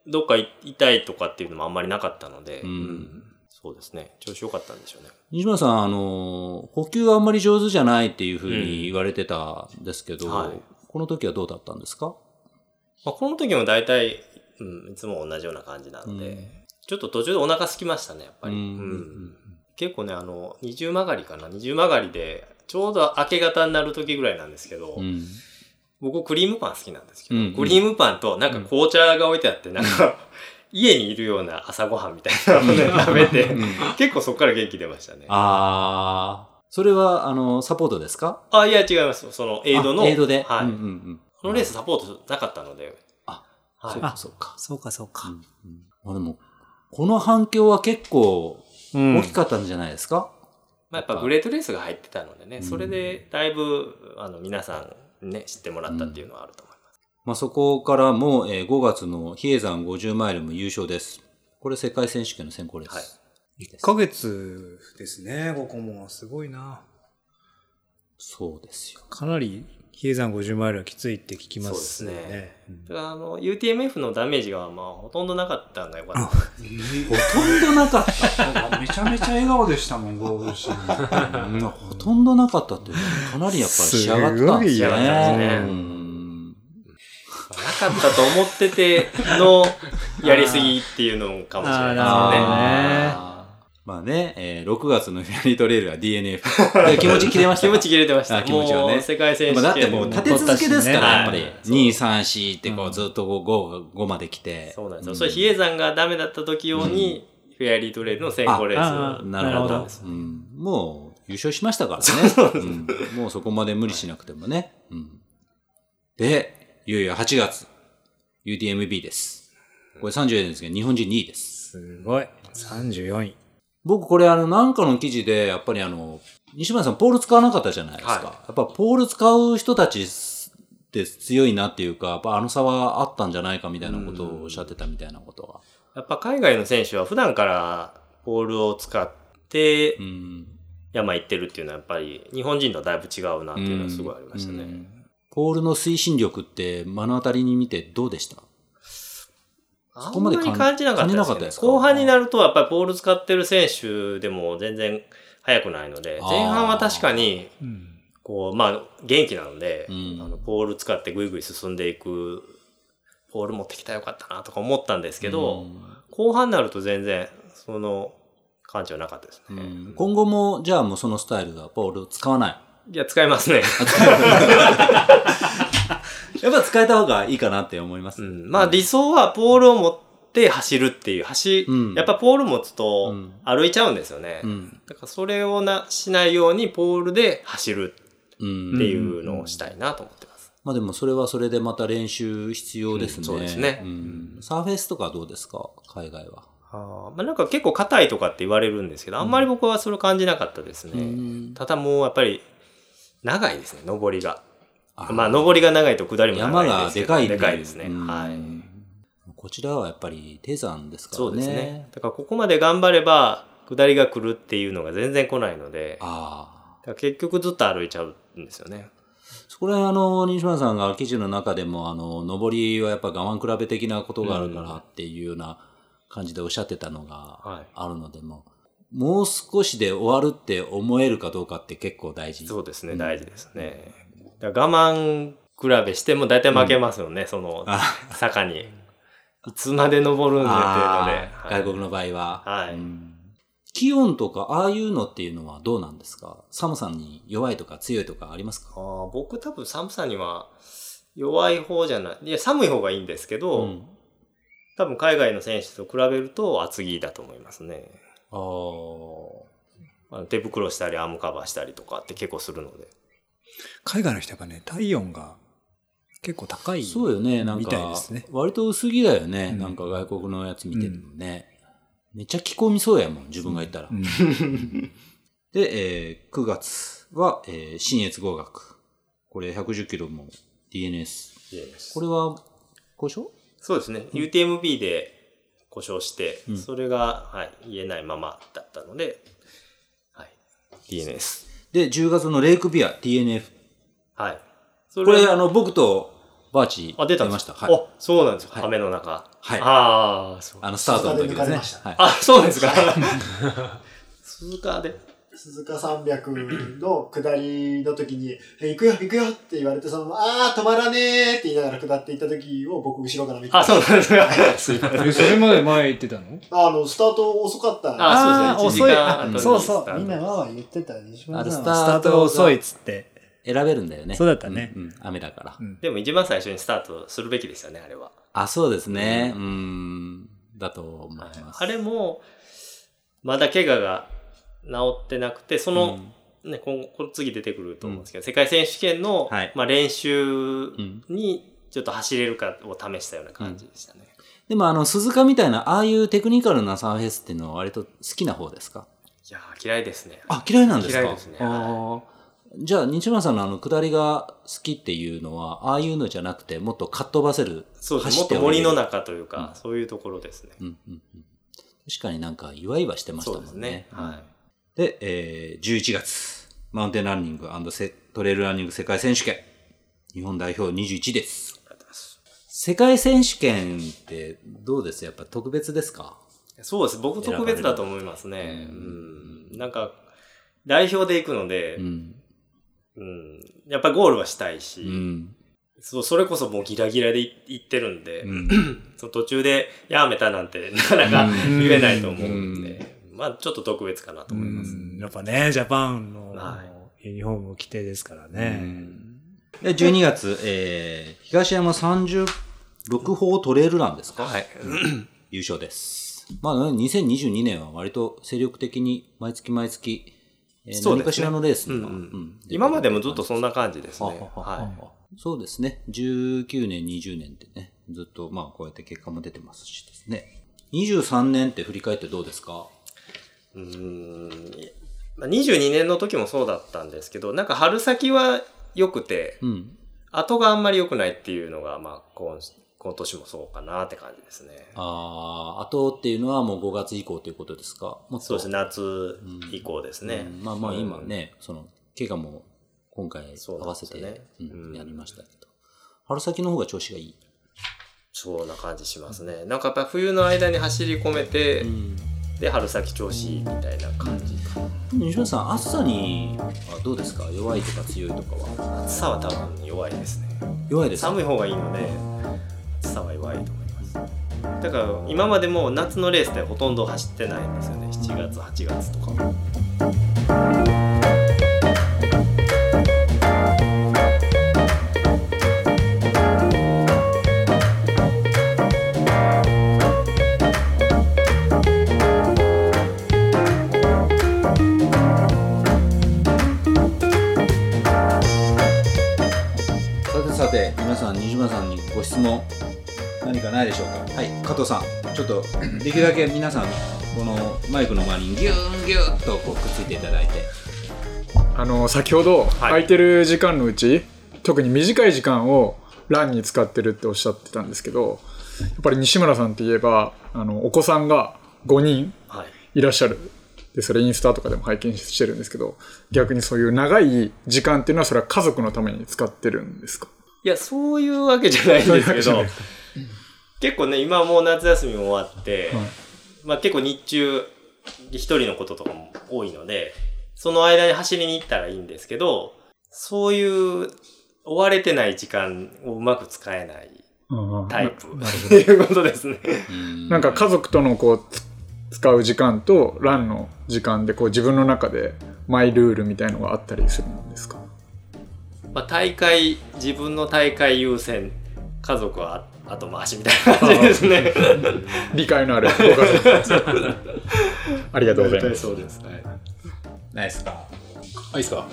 どっかい痛いとかっていうのもあんまりなかったので、うんそうですね。調子良かったんでしょうね。西村さん、あの、補給があんまり上手じゃないっていうふうに言われてたんですけど、うんはいこの時はどうだったんですかまあ、この時も大体、うん、いつも同じような感じなので、うんちょっと途中でお腹空きましたね、やっぱり。うんうん結構ね、あの、二重曲がりかな。二重曲がりで、ちょうど明け方になる時ぐらいなんですけど、うん。僕クリームパン好きなんですけど、うんうんクリームパンとなんか紅茶が置いてあって、なんか、家にいるような朝ごはんみたいなのをね、食べて、結構そこから元気出ましたね。あああ。それは、あの、サポートですかいや、違います。その、エイドの。あエイドで。はい。うんうんうんこのレースサポートなかったので。あはい。そうか。そうか、そうか。まあでも、この反響は結構うん大きかったんじゃないですか、まあ、やっぱグレートレースが入ってたのでね、それでだいぶあの皆さんにね知ってもらったっていうのはあると思います。まあ、そこからも、えー5月の比叡山50マイルも優勝です。これ世界選手権の選考です。はい1ヶ月ですね、ここも。すごいな。そうですよ。かなり、比叡山50マイルはきついって聞きますよそうですね。うんだからあの UTMF のダメージがまあほとんどなかったんがよかった。ほとんどなかった。なんかめちゃめちゃ笑顔でしたもん、ゴールシーン。うんほとんどなかったっていうのはかなりやっぱり仕上がったんですよすごい仕上がったんね。ですねうんなかったと思っててのやりすぎっていうのかもしれないですよね。あーまあね、えー6月のフェアリートレイルは DNF。で気 <laughs> 持ち切れました。気持ち切れてましあた。気持ちがねもう世界選手まあ権。だってもう立て続けですから、やっぱりはい。 2、3、4ってこうずっと5、5まで来て。そうなんですよ。それ比叡山がダメだった時用に、フェアリートレイルの先行レースをなるほやったんどです。ようんもう優勝しました <laughs> からね。うんもうそこまで無理しなくてもね。うんで、いよいよ8月、UTMB です。これ34年ですけど、日本人2位です。すごい。34位。僕これあの、なんかの記事で、やっぱりあの、西村さんポール使わなかったじゃないですか。はいやっぱポール使う人たちって強いなっていうか、やっぱあの差はあったんじゃないかみたいなことをおっしゃってたみたいなことが。やっぱ海外の選手は普段からポールを使ってうん山行ってるっていうのはやっぱり日本人とはだいぶ違うなっていうのはすごいありましたね。うんポールの推進力って目の当たりに見てどうでしたあこんままでり感感じなかった感じなかったでですすかけど、後半になるとやっぱりポール使ってる選手でも全然速くないので、あー前半は確かにうん。こう、まあ元気なので、うんあのポール使ってぐいぐい進んでいく、ポール持ってきたらよかったなとか思ったんですけど、後半になると全然その感じはなかったですうね。ん今後もじゃあもうそのスタイルがポールを使わ <laughs> ないいや、使います <laughs> ね。やっぱ使えた方がいいかなって思います、うんまあ理想はポールを持って走るっていう走、うんやっぱポール持つうとん歩いちゃうんですよね、うんだからそれをなしないようにポールで走るうんっていうのをしたいなと思ってます、まあでもそれはそれでまた練習必要ですね、うんそうですねんサーフェスとかどうですか海外は、あーまあ、なんか結構硬いとかって言われるんですけどあんまり僕はそれを感じなかったですね、ただもうやっぱり長いですね上りがあまあ上りが長いと下りも山長いがですけでどかいってうでかいですね、うんはいこちらはやっぱり低山ですからねそうですねだからここまで頑張れば下りが来るっていうのが全然来ないのでああだから結局ずっと歩いちゃうんですよね。そこら辺あの、西村さんが記事の中でも、あの、上りはやっぱ我慢比べ的なことがあるからっていうような感じでおっしゃってたのがはあるのでも、もう少しで終わるって思えるかどうかって結構大事。い。そうですね、大事ですね。だから我慢比べしても大体負けますよね、そのあ坂に。いつまで登るんだっていうのあでー。はい外国の場合は。はいうん気温とか、ああいうのっていうのはどうなんですか寒さに弱いとか強いとかありますかあー僕多分寒さには弱い方じゃない。いや、寒い方がいいんですけど、ん、多分海外の選手と比べると厚着だと思いますね。あーあの手袋したり、アームカバーしたりとかって結構するので。海外の人やっぱね、体温が結構高い。そうよね、なんみたいかですね、割と薄着だよね、うんなんか外国のやつ見てるのね。めっちゃ着込みそうやもん、自分が行ったら。うん。で、えー9月は、えー新越合学。これ110キロも DNS。これは、故障そうですね。UTMB で故障して、うんそれが、はい、言えないままだったので、はい、DNS。で、10月のレイクビア DNF。はい。こそれ、あの、僕とバーチあ、出たん出でますした。かはい。あ、そうなんですか。はい雨の中。はいああ、そう。あの、スタートの時ですね。はい。あ、そうですか。鈴鹿で。鈴鹿山脈の下りの時に、え行くよ、行くよって言われて、そのまま、あー、止まらねーって言いながら下っていった時を僕後ろから見 <laughs> て、あ、そうなんですか。えそれまで前行ってたのあの、スタート遅かったんであ、そうですね。あー遅い1時間後にそうそスターう、トみんなは言ってたでしょ。あのスタスタートが遅いっつって。選べるんだよね。そうだったねうんうん雨だから。でも一番最初にスタートするべきですよね、あれは。あ、そうですね。うん。だと思います。あれも、まだ怪我が治ってなくて、その、ね、今後、これ次出てくると思うんですけど、世界選手権の、はいまあ、練習うんにちょっと走れるかを試したような感じでしたね。でもあの、鈴鹿みたいな、ああいうテクニカルなサーフェスっていうのは割と好きな方ですかいやー、嫌いですね。あ、嫌いなんですか嫌いですねあーじゃあ、西村さんのあの、下りが好きっていうのは、ああいうのじゃなくて、もっとかっ飛ばせる。そうです走ね。もっってとおり森の中というか、そういうところですね。うんうんうん。確かになんか、いわいわしてましたそもうんでね。すね。はい。で、えー11月、マウンテンランニングセトレイルランニング世界選手権、日本代表21です。世界選手権ってどうですやっぱ特別ですかそうです。僕特別だと思いますね。うん。なんか、代表で行くので、ううん。ん。やっぱゴールはしたいし、うん。そうそれこそもうギラギラでい行ってるんで、うん。その途中でやめたなんてな <laughs> かなか言えないと思うんで、まあちょっと特別かなと思います。やっぱね、ジャパンのはユニフォームを着てですからね。で、12月、えー、東山36号トレイルランですかはい。優勝です。まあ、2022年は割と精力的に毎月毎月、えーそう何ですねかしらのレースにはうんううんん今までもずっとそんな感じですね。あああはそうですね。19年、20年ってね、ずっとまあこうやって結果も出てますしですね。23年って振り返ってどうですかい。うーんまあ22年の時もそうだったんですけど、なんか春先は良くて、うん。後があんまり良くないっていうのが、まあ今今年もそうかなって感じですね。ああ、あとっていうのはもう5月以降ということですかもっとそうですね、夏以降ですね。うんまあまあ今ね、その、怪我も今回合そうなんわでせすてよねううんんやりましたけど。春先の方が調子がいい。そうな感じしますね。なんかやっぱ冬の間に走り込めて、んで春先調子いいみたいな感じ。西村さん、暑さにはどうですか弱いとか強いとかは。暑さは多分弱いですね。弱いですか寒い方がいいので、暑さは弱いと思います。だから今までも夏のレースってほとんど走ってないんですよね。7月、8月とかも。さてさて皆さん西村さんにご質問何かないでしょうかはい加藤さんちょっと <clears throat> できるだけ皆さんこのマイクの周りにギューンギューッとこうくっついていただいてあの先ほど空いてる時間のうち、特に短い時間をランに使ってるっておっしゃってたんですけどやっぱり西村さんって言えばあのお子さんが5人はい。いらっしゃるでそれインスタとかでも拝見してるんですけど逆にそういう長い時間っていうのはそれは家族のために使ってるんですかいや、そういうわけじゃないんですけそういうどわけじゃないで、結構ね、今もう夏休みも終わって、はいまあ結構日中、一人のこととかも多いので、その間に走りに行ったらいいんですけど、そういう追われてない時間をうまく使えないタイプっていうことですね。なんか家族とのこうつ使う時間とランの時間でこう自分の中でマイルールみたいのがあったりするんですかまあ大会、自分の大会優先、家族は後回しみたいな感じです <laughs> ね。理解のあるご家族ありがとうございますそうです。はいないですかいですか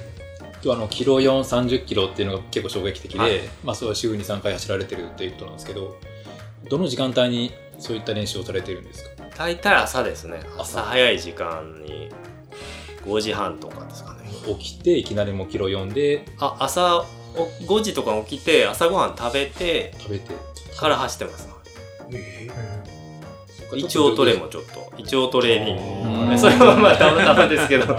<laughs> 今日あのキロ4、30キロっていうのが結構衝撃的で、はいまあそれは週に3回走られてるっていうことなんですけど、どの時間帯にそういった練習をされてるんですか大体朝ですね朝朝早い時間に5時半とかですかね起きていきなりもうキロ4であ朝お5時とか起きて朝ごはん食べて食べて、から走ってます一一応応トトレレもちょっと一応トレーニングうんそれはまあたまたまですけど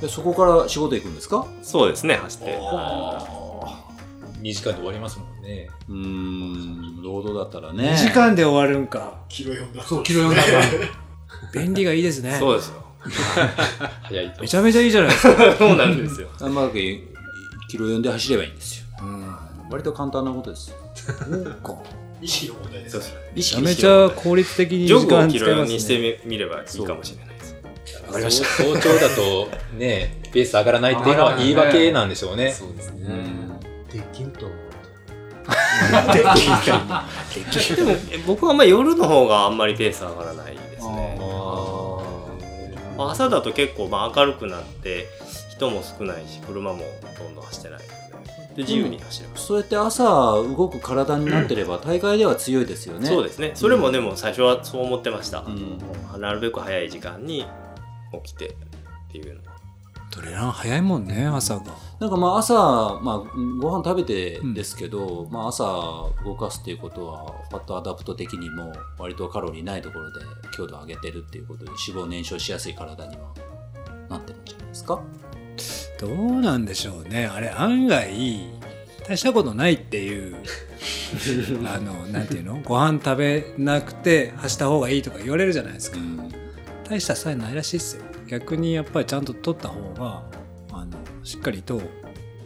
でそこから仕事行くんですかそうですね走って2時間で終わりますもんね。うーん労働だったら2ね時間で終わるんか。キロ4だ。そう、キロ4だから。便利がいいですね。 <laughs> そうですよ早いとめ。ちゃめちゃいいじゃないですか。そうなんです <laughs> ようまくキロ4で走ればいいんですよ <laughs> 割と簡単なことですよ <laughs> 意識の問題です。意識めちゃめちゃ効率的にジョ時グを間切使いるよますうにね。してみればいいかもしれないですわかりました。早朝だとね、ペース上がらないっていうのは言い訳なんでしょうね。そうですね。できんと思う。でもえ僕はあんまり夜の方があんまりペース上がらないですねまあ朝だと結構まあ明るくなって人も少ないし車もほとんど走ってないのでで自由に走れます、そうやって朝動く体になってれば大会では強いですよね。そうですねそれもでも最初はそう思ってました、うんなるべく早い時間に起きてっていうのトレラン早いもんね、朝が。なんかまあ朝、まあ、ご飯食べてですけど、まあ、朝動かすっていうことはファットアダプト的にも割とカロリーないところで強度を上げてるっていうことで脂肪を燃焼しやすい体にはなってるんじゃないですかどうなんでしょうね。あれ、案外、大したことないっていう、あの、なんていうのご飯食べなくて走った方がいいとか言われるじゃないですか。大した差異ないらしいっすよ。逆にやっぱりちゃんと取った方が、あの、しっかりと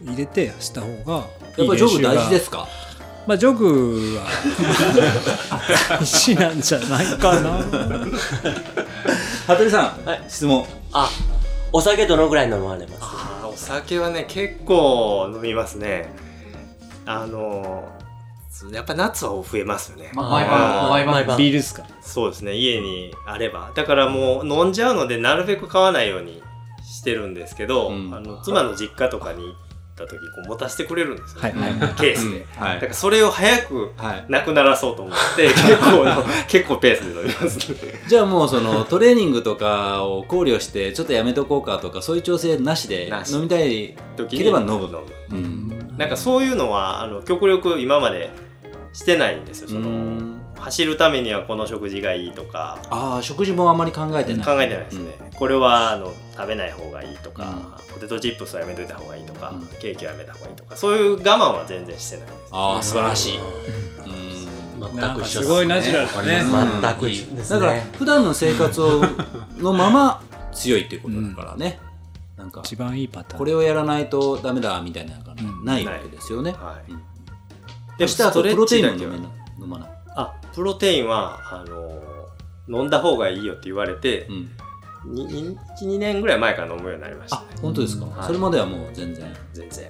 入れて走った方がいやっいぱ練りジョ習グが大事ですかまあ、ジョグ <laughs> は大事なんじゃないかな。服部さん、質問あ、お酒どのぐらい飲まれますあーお酒はね結構飲みますねあのーやっぱ夏は増えますよね、ま毎晩、毎晩。毎晩 <laughs> ビールですか。そうですね家にあればだからもう飲んじゃうのでなるべく買わないようにしてるんですけど、うんあの妻の実家とかに行った時こう持たせてくれるんですよ、はいはい。ケースで、はだかいらそれを早くはい、なくならそうと思 <laughs> って結構結構ペースで飲みますねじゃあもうそのトレーニングとかを考慮してちょっとやめとこうかとかそういう調整なしでなし飲みたい、時切れば飲むうんなんかそういうのはあの極力今までしてないんですよその、走るためにはこの食事がいいとかああ食事もあんまり考えてない考えてないですね、これはあの食べない方がいいとか、ポテトチップスはやめといた方がいいとか、うんケーキはやめた方がいいとかそういう我慢は全然してないですああ素晴らしい、なんかすごいナチュラルだね。うん全く一緒ですだねから普段の生活をのまま強いっていうことだからね、なんか一番いいパターン。これをやらないとダメだみたいなのがうんないわけですよね、はい、うんででもしたスらトレプッロテイチンだをけは飲めな飲まない、あプロテインはあの飲んだ方がいいよって言われてう、ん、に1、2年ぐらい前から飲むようになりましたあ本当ですか、はいそれまではもう全然全然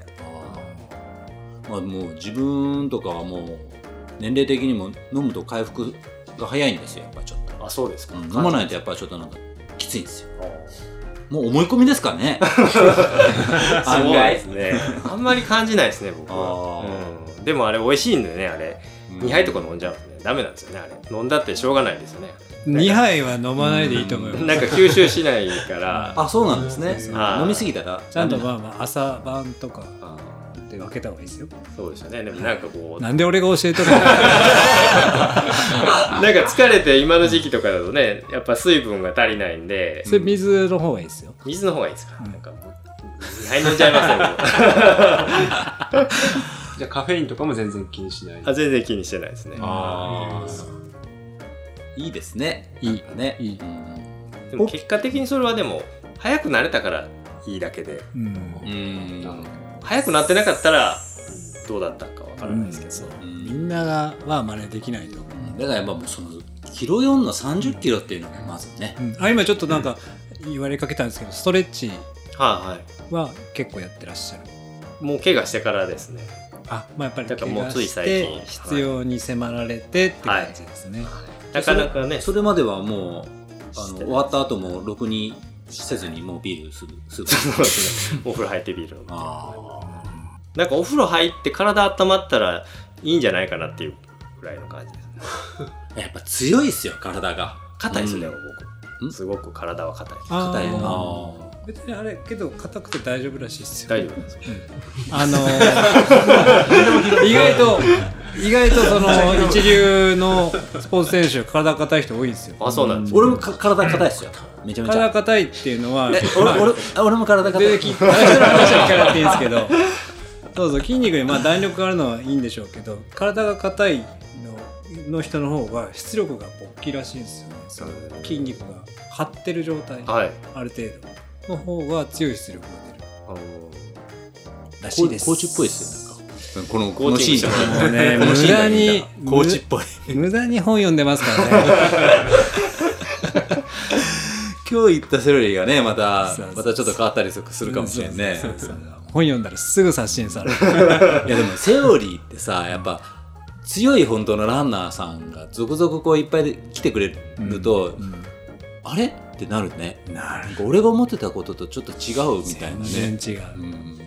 まあもう自分とかはもう年齢的にも飲むと回復が早いんですよやっぱちょっと、あそうですか、うん飲まないとやっぱちょっとなんかきついんですよもう思い込みですかねそう案で外すね。あんまり感じないですね、僕は。うん、でもあれ、美味しいんだよね、あれ。2杯とか飲んじゃうんですね。ダメなんですよね、あれ。飲んだってしょうがないですよね。 2杯は飲まないでいいと思いまなんか吸収しないから。あそうなんですねはい飲みすぎたらす。ちゃんとまダあまあ朝晩とかあで分けた方がいいですよ。そうですよね。でもなんかこう、ななんで俺が教えとるのんか疲れて今の時期とかだとね、やっぱ水分が足りないんで、それ水の方がいいですよ。水の方がいいですか。なんかもう、2杯飲んじゃいますねじゃあカフェインとかも全然気にしない。僕。あ全然気にしてないですね。あーいいですねいいねいい、うんでも結果的にそれはでも、早くなれたからいいだけで、うん。うん早くなってなかったら、どうだったかわからないですけど。うんみんながは真似できないと思う。だからやっぱもうそのキロ4の3 0キロっていうのがまずねうんあ今ちょっとなんか言われかけたんですけどストレッチはいはい。は結構やってらっしゃるもう怪我してからですね。あ、まあ、やっぱりだから怪もう我ついし最て近必要に迫られてってはい感じですね、なかなかね、それまではもうあしの終てないわった後もろくにせずにもうビールすぐすぐそうですねお風呂入ってビール飲むあなんかお風呂入って体温まったらいいんじゃないかなっていうぐらいの感じですね。あやっぱ強いっすよ体が硬いですね、うんん僕。すごく体は硬い。あ硬いーあ別にあれけど硬くて大丈夫らしいですよ大丈夫ですかあの <laughs> ー意外と意外とその一流のスポーツ選手体硬い人多いんですよあ、そうなんです俺もか体硬いっすよめちゃめち体ゃ硬いっていうのはえ <laughs> 俺俺あ俺も体硬出いてき <laughs> た人の話は聞かなくていいんですけどそうそう筋肉にまあ弾力があるのはいいんでしょうけど体が硬いのの人の方が出力が大きいらしいんですよねその筋肉が張ってる状態あはい。る程度の方が強い出力が出るあのらしコいーですコーチっぽいっすよなんかこのコーこのチシングしてーンますもう <laughs> ね無駄にコーチっぽい無駄に本読んでますからね今日言ったセロリがねまたそうそうまたちょっと変わったりするかもしれんねそうそうそう本読んだらすぐ刷新されるいやでもセオリーってさやっぱ強い本当のランナーさんが続々こういっぱいで来てくれると、あれってなるねなんか俺が思ってたこととちょっと違うみたいなね全然違ううん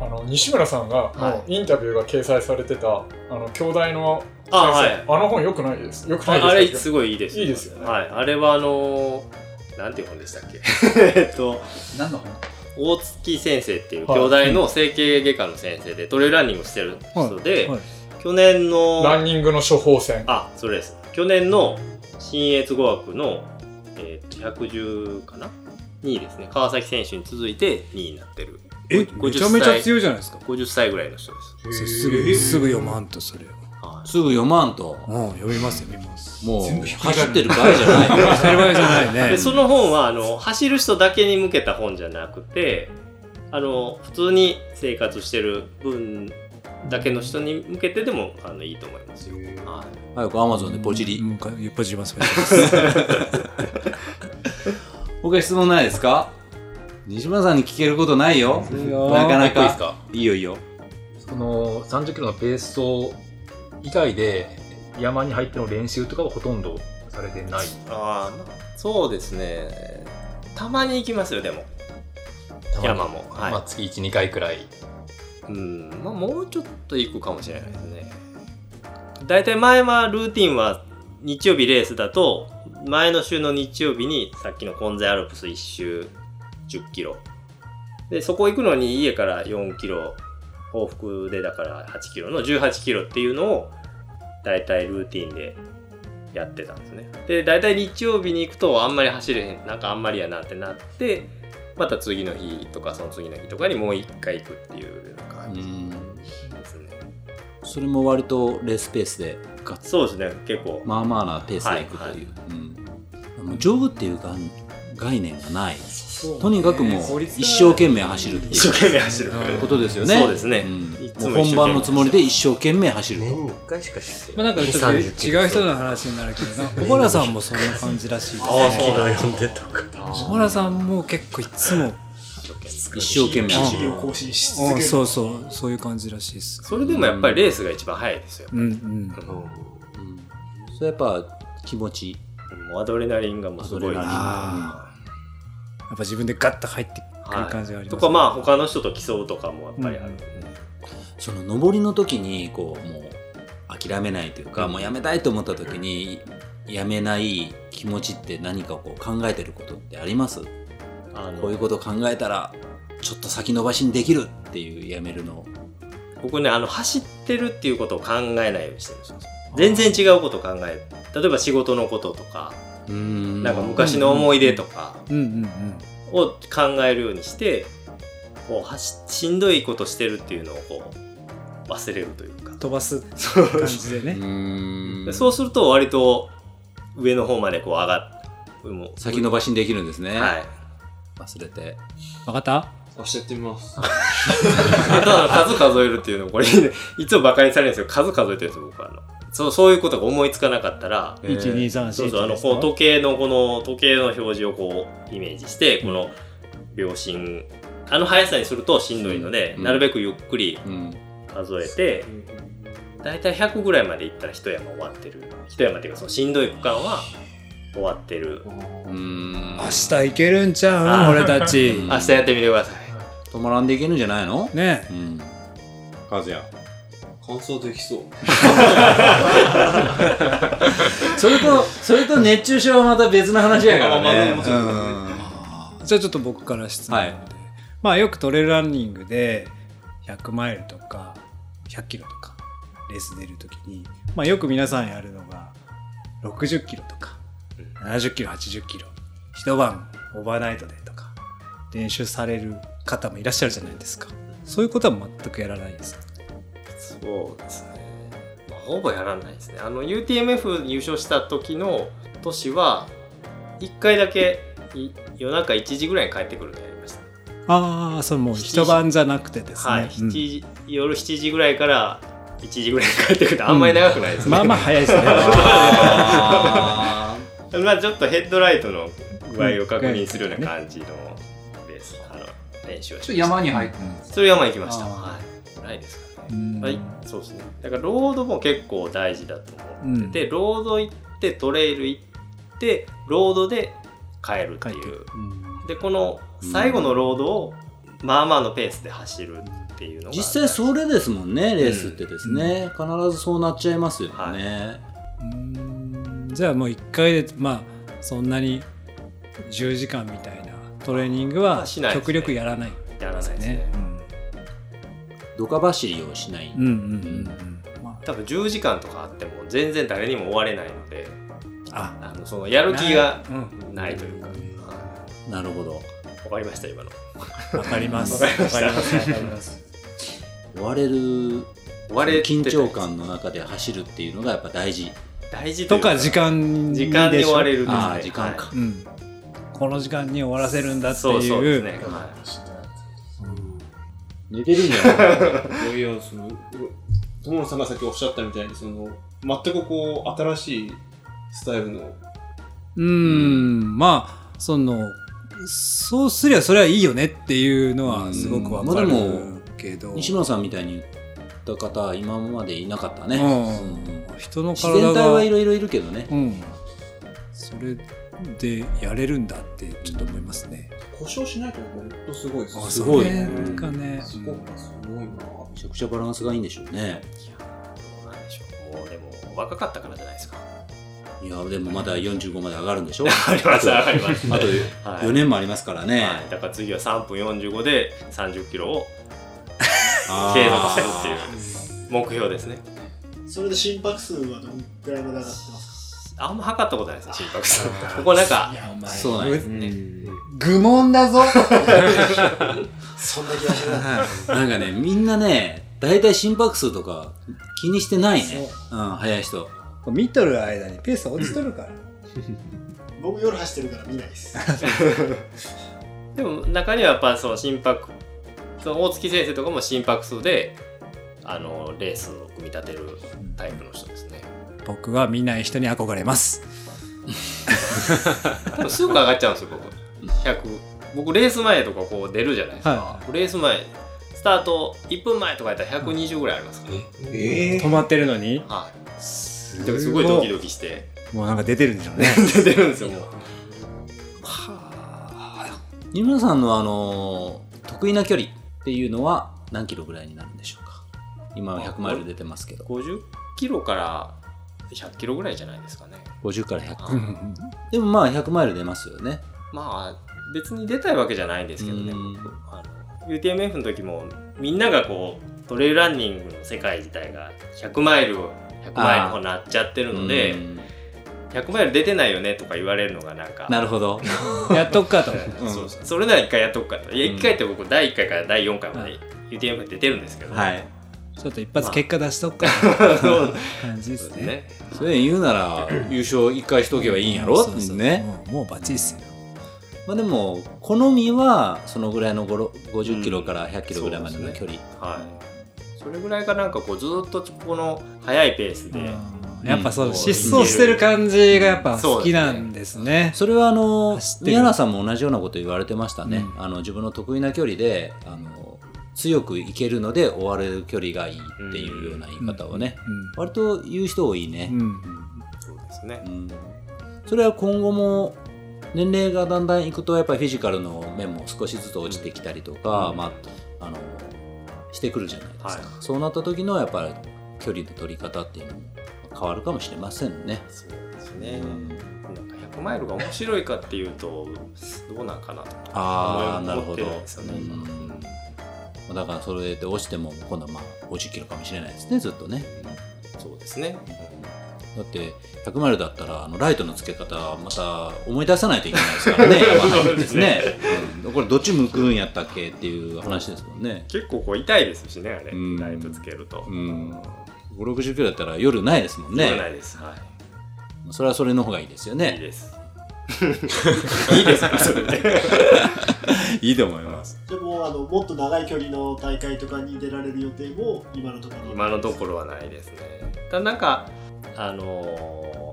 あの西村さんがのインタビューが掲載されてた「あの兄弟の先生」あはいあの本よくないですよくないですああれかすごいいいですいいですよねはい、あれはあのーなんていう本でしたっけ <laughs> えっと何の本大月先生っていうはい兄弟の整形外科の先生でトレイルランニングしてる人で、はいはい去年のランニングの処方箋あそれです去年の新越語学の、えーと110かな2位ですね川崎選手に続いて2位になってるえめちゃめちゃ強いじゃないですか50歳ぐらいの人ですそすぐすぐ読まんとそれをすぐ読まんとうん読みます読みますもう走ってる場合じゃない <laughs> 当たり前じゃないねでその本はあの走る人だけに向けた本じゃなくてあの普通に生活してる分だけの人に向けてでもあのいいと思いますよ。は早くアマゾンでポチうりんかポチりますポチ他質問ないですか西村さんに聞けることないよりますなかかなっこいいですかかいいよいいよその30キロのペース走以外で山に入っての練習とかはほとんどされてないあーまあそうですねたまに行きますよでも山も、はいまあ、月12回くらいうんまあ、もうちょっと行くかもしれないですねだいたい前はルーティンは日曜日レースだと前の週の日曜日にさっきの混在アルプス1周1 0キロでそこ行くのに家から4キロ往復でだから8キロの1 8キロっていうのをだいたいルーティンでやってたんですねでだいたい日曜日に行くとあんまり走れへんなんかあんまりやなってなってまた次の日とかその次の日とかにもう1回行くっていう感じですね、それも割とレースペースでガッツそうですね結構、まあまあなペースでいくという、うん、もうジョグっていう概概念がないとにかくもう一生懸命走るって一生い懸命走るうことですよねそうですねんいつもうも本番のつもりで一生懸命走る年とに1回しかしてまあなん <laughs> かちょっと違う人の話になるけどな小原さんもそんな感じらしいですああそうなんだ読んでたから小原さんも結構いつも一生懸命走記る事を更新し続うけんる。そうそうそういう感じらしいですそれでもやっぱりレースが一番早いですよ、うんうんそれやっぱ気持ちいいもうアドレナリンがもうすアごいドレナリンああやっぱ自分でガッと入ってくる感じがありますねとかまあ他の人と競うとかもやっぱりあるんで、その上りの時にこうもう諦めないというか、もうやめたいと思った時にやめない気持ちって何かこう考えてることってありますあのこういうこと考えたらちょっと先延ばしにできるっていうやめるの僕ねあの走ってるっていうことを考えないようにしてるんですよ全然違うことを考える例えば仕事のこととかうんなんか昔の思い出とかうんうんうんを考えるようにしてこう走しんどいことしてるっていうのをこう忘れるというか飛ばす感じでねうでんそうすると割と上の方までこう上がっもう先延ばしにできるんですね、はい忘れて分かった明日やってみますあとは数数えるっていうのもこれ、 <laughs> いつもバカにされるんですけど数数えてるんですよ僕はあのそうそういうことが思いつかなかったらえー1234そうそうあのこう時計のこの時計の表示をこうイメージしてこの秒針あの速さにするとしんどいので、うんなるべくゆっくりうん数えて、だいたい100ぐらいまでいったら一山終わってる一山っていうかそのしんどい区間は終わってるうん明日行けるんちゃあう俺た <laughs> ちうん明日やってみてください止まらんでいけるんじゃないのねうん和也感想できそうそれとそれと熱中症はまた別の話やからねじゃあちょっと僕から質問で、はいまあよくトレイルランニングで100マイルとか100キロとかレース出るときに、まあ、よく皆さんやるのが60キロとか70キロ80キロ一晩オーバーナイトでとか練習される方もいらっしゃるじゃないですかそういうことは全くやらないですかそうですね、まあ、ほぼやらないですねあの UTMF 優勝した時の年は1回だけい夜中1時ぐらいに帰ってくるのやりました、ああそれもう一晩じゃなくてですね、はい、うん7時夜7時ぐらいから1時ぐらいに帰ってくるってあんまり長くないですね、まあまあ早いですねまあちょっとヘッドライトの具合を確認するような感じのレース、あの練習をちょしましたっと山に入ってるんですそれ山行きましたあはいないですかねうんはい、そうですね。だからロードも結構大事だと思ってて、ロード行ってトレイル行ってロードで帰るって帰っていくう。でこの最後のロードをまあまあのペースで走るっていうのが実際それですもんねレースってですね、必ずそうなっちゃいますよね、じゃあもう1回でまあそんなに10時間みたいなトレーニングはしないですね極力やらないやらないですね。ドカ走りをしない、うんうん多分10時間とかあっても全然誰にも追われないのであのそのやる気がなないというか、なるほどわかりました今のわかりますわかりまわかりますしたわかります追われる追われてた緊張感の中で走るっていうのがやっぱ大事大事とか時間時間に追われるんですねああ時間か、うんこの時間に終わらせるんだっていうそうそうですね寝てるんじいやいや、その、友野さんがさっきおっしゃったみたいに、その、全くこう、新しいスタイルの、うーんまあそのそうすりゃそれはいいよねっていうのはすごくわかる、まあでもけど西村さんみたいに言った方は今までいなかったね、うん人の自体が然体はいろいろいるけどね、うん、それでやれるんだってちょっと思いますね故障しないと本当すごいですあすごいねそれがねすごいな、すごいな。めちゃくちゃバランスがいいんでしょうねもうでも若かったからじゃないですかいやでもまだ45まで上がるんでしょ <laughs> ありますありますあとはい4年もありますからね、はい、だから次は3分45で30キロをあー継続するっていう目標ですねそれで心拍数はどのくらいまで上がってますあんま測ったことないですね心拍数ここなんかそうなんですね愚問だぞそんな気がしないなんかねみんなね大体心拍数とか気にしてないねうん早い人見とる間にペース落ちとるから、僕夜走ってるから見ないですでも中にはやっぱその心拍その大月先生とかも心拍数であのレースを組み立てるタイプの人ですね僕は見ない人に憧れますでもすぐ上がっちゃうんですよ僕100僕レース前とかこう出るじゃないですか、はレース前スタート1分前とかやったら120ぐらいありますから、止まってるのにはいすすごいドキドキしてもうなんか出てるんでしょうね <laughs> 出てるんですよもう二村さんのあの得意な距離っていうのは何キロぐらいになるんでしょうか今は100マイル出てますけど50キロから100キロぐらいじゃないですかね50から100、うんうんうでもまあ100マイル出ますよねまあ別に出たいわけじゃないんですけどね僕あの UTMF の時もみんながこうトレイルランニングの世界自体が100マイルを100マイルになっちゃってるので100マイル出てないよねとか言われるのがなんか <laughs> なるほどやっとくかとそうそうそれなら一回やっとくかといや一回って僕第1回から第4回まで UTMF 出てるんですけど、はいちょっと一発結果出しとくか、 <laughs> そう感じですねそれ言うなら優勝1回しとけばいいんやろそうそうそうねもうバッチリっすよまあでも好みはそのぐらいのごろ50キロから100キロぐらいまでの距離、はい、それぐらいがなんかこうずっとこの速いペースで、やっぱそう、うん疾走してる感じがやっぱ好きなんですね。それはあのる宮原さんも同じようなこと言われてましたね、あの自分の得意な距離であの強くいけるので終われる距離がいいっていうような言い方をね、割と言う人多いね、そうですね、それは今後も年齢がだんだんいくとやっぱりフィジカルの面も少しずつ落ちてきたりとか、まあ、あのしてくるじゃないですか、そうなった時のやっぱり距離の取り方っていうのも変わるかもしれませんね。ですね、なんか100マイルが面白いかっていうとどうなんかなとああなる思ほっどてんですよね今うんだからそれで落ちても今度はまあ50キロかもしれないですねずっとねそうですねだって100マイルだったらあのライトの付け方また思い出さないといけないです <laughs> からね山そ田うでですすねねうんこれどっち向くんやったっけっていう話ですもんね結構こう痛いですしねあれ、ライトつけると、うん560キロだったら夜ないですもんねそうないですはいそれはそれの方がいいですよねいいです <laughs> いいですかそれでいいと思いますでもあのもっと長い距離の大会とかに出られる予定も今のところ今のところはないですねただなんかあのー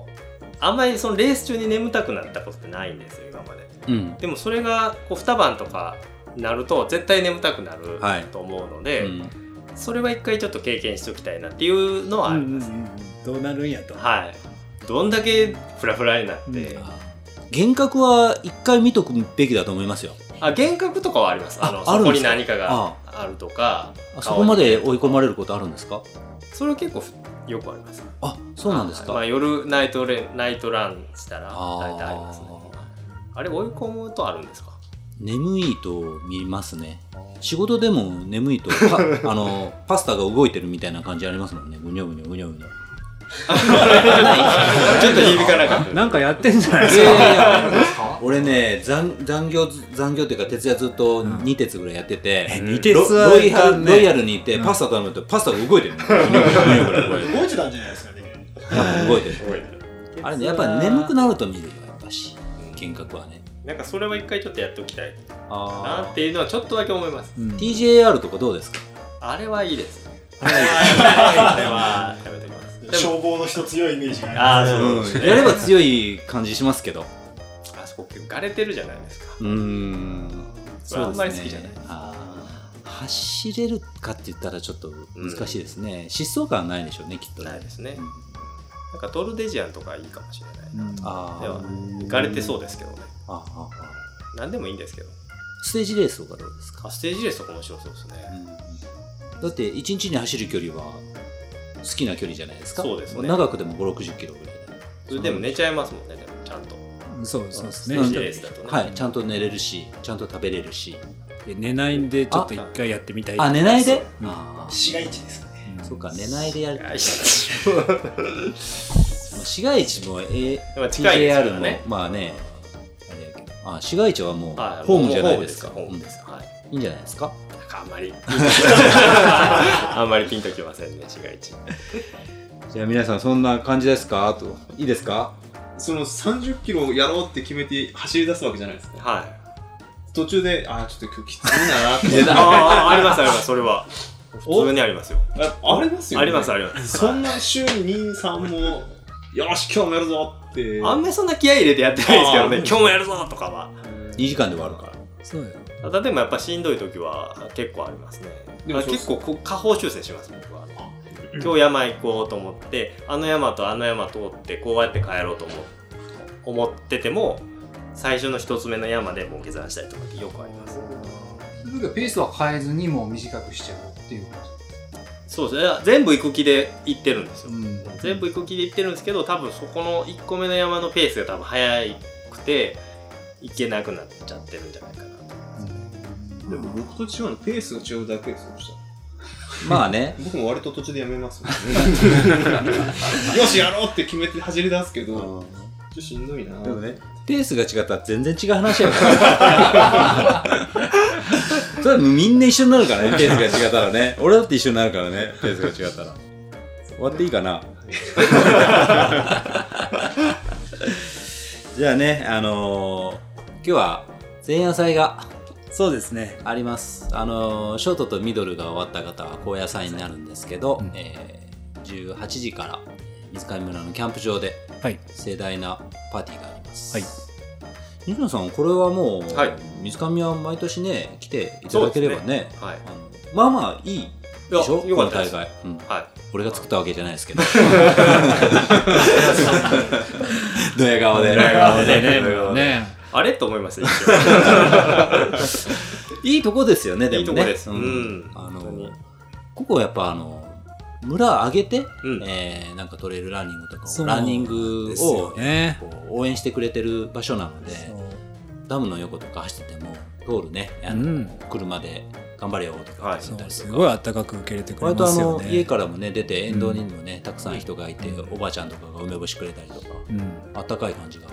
あんまりそのレース中に眠たくなったことってないんですよ今までうんでもそれがこう2晩とかなると絶対眠たくなるはいと思うので、うんそれは一回ちょっと経験しておきたいなっていうのはあります、どうなるんやとはいどんだけフラフラになって、幻覚は一回見とくべきだと思いますよああ幻覚とかはありますあのああるそんこですにか何かがあるとかあそこまで追い込まれることあるんですかそれは結構よくありますあそうなんですかまあ、夜ナイトレナイトランしたらあー大体ありますねあれ追い込むとあるんで <laughs> すか眠いと見ますね仕事でも眠いとパあのパスタが動いてるみたいな感じありますもんねぐにょぐにょぐにょぐにょ <laughs> ちょっと響かなかったなんかやってんじゃないですいかやいやいや俺ね残残業ず残業っていうか徹夜ずっと2鉄ぐらいやってて、二鉄はロロイハいかんルねロイヤルに行ってパスタ頼むとパスタが動いてるのぐにょぐにょぐにょぐにょぐにょ動いてたんじゃないですかね。うん動いてるあれねやっぱり眠くなると見るよやっぱし幻覚はねなんかそれは一回ちょっとやっておきたいあなっていうのはちょっとだけ思います、 TJR とかどうですかあれはいいですねあれはやめときますでも消防の人強いイメージがあーありそうまですすねやれば強い感じしますけどあそこ結構がれてるじゃないですかうーんあんまり好きじゃないあー走れるかって言ったらちょっと難しいですね、疾走感はないでしょうねきっとねないですね、なんかトルデジアンとかいいかもしれないなと、あではー浮かれてそうですけどねああああ何でもいいんですけどステージレースとかどうですかあステージレースとか面白そうですね、だって1日に走る距離は好きな距離じゃないですかそうですね長くでも5 6 0キロぐらいそれでも寝ちゃいますもんねでもちゃんとそうそうですねステージレースだとねはいちゃんと寝れるしちゃんと食べれるしで寝ないんでちょっと一回やってみたいあ寝ないでうんあ市街地ですかね。ーそっか寝ないでやるはいまあ市街地も、えーでも近いですから TJR もねまあねあれやけどあ市街地はもうはいホームじゃないですかホームですかホームですうんいいんじゃないですかはいなんかあんまりあんまりピンときませんね市街地じゃあ皆さんそんな感じですかといいですかその30キロやろうって決めて走り出すわけじゃないですか。はい途中で、あーちょっと今日きついなー <laughs> ってああありますありますそれは普通にありますよあありますよ、ね、ありますありますそんな週に2、3も、よし、今日もやるぞって。あんまりそんな気合い入れてやってないですけどねあー今日もやるぞとかは2時間で終わるからそうよただでもやっぱしんどい時は結構ありますねでもあそう結構こう下方修正します僕は今日山行こうと思ってあの山とあの山通ってこうやって帰ろうと思う思ってても最初の一つ目の山でもう下山したりとかってよくありますその時はペースは変えずにもう短くしちゃうっていう感そうですね全部行く気で行ってるんですよ、じ。うん。全部行く気で行ってるんですけど多分そこの1個目の山のペースが多分速くて行けなくなっちゃってるんじゃないかなとでも僕と違うのペースが違うだけですよ、そしたらまあ <laughs> ね僕も割と途中でやめますもん <laughs> ねよし、やろうって決めて走り出すけど、ちょっとしんどいなーでもねペースが違ったら全然違う話やからそれはみんな一緒になるからねペースが違ったらね俺だって一緒になるからねペースが違ったら終わっていいかなじゃあねあのー今日は前夜祭がそうですねありますあのーショートとミドルが終わった方は高野菜になるんですけど、えー18時から水上村のキャンプ場ではい盛大なパーティーがあります。はい西野さん、これはもう、はい水上は毎年ね、来ていただければね、はいあのまあまあいいでしょ、いやよこのかったで大す会、うんはい俺が作ったわけじゃない <laughs> ですけど。ドヤ顔で。ねあれと思いました一瞬 <laughs> いいとこ <laughs> ですよね、でもね。いいとこですうんうんあ本当にのここはやっぱあの村上げて、うんえーなんかトレイルランニングとかそをうランニングですをよ、ねこう応援してくれてる場所なのでそうダムの横とか走ってても通るねあの、うん車で頑張れよとかはいって言そったうりとすか。ごいあったかく受け入れてくれ割とまあすよの、家ねからもね出て沿道にもね、たくさん人がいて、おばあちゃんとかが梅干しくれたりとか、うんあったかい感じが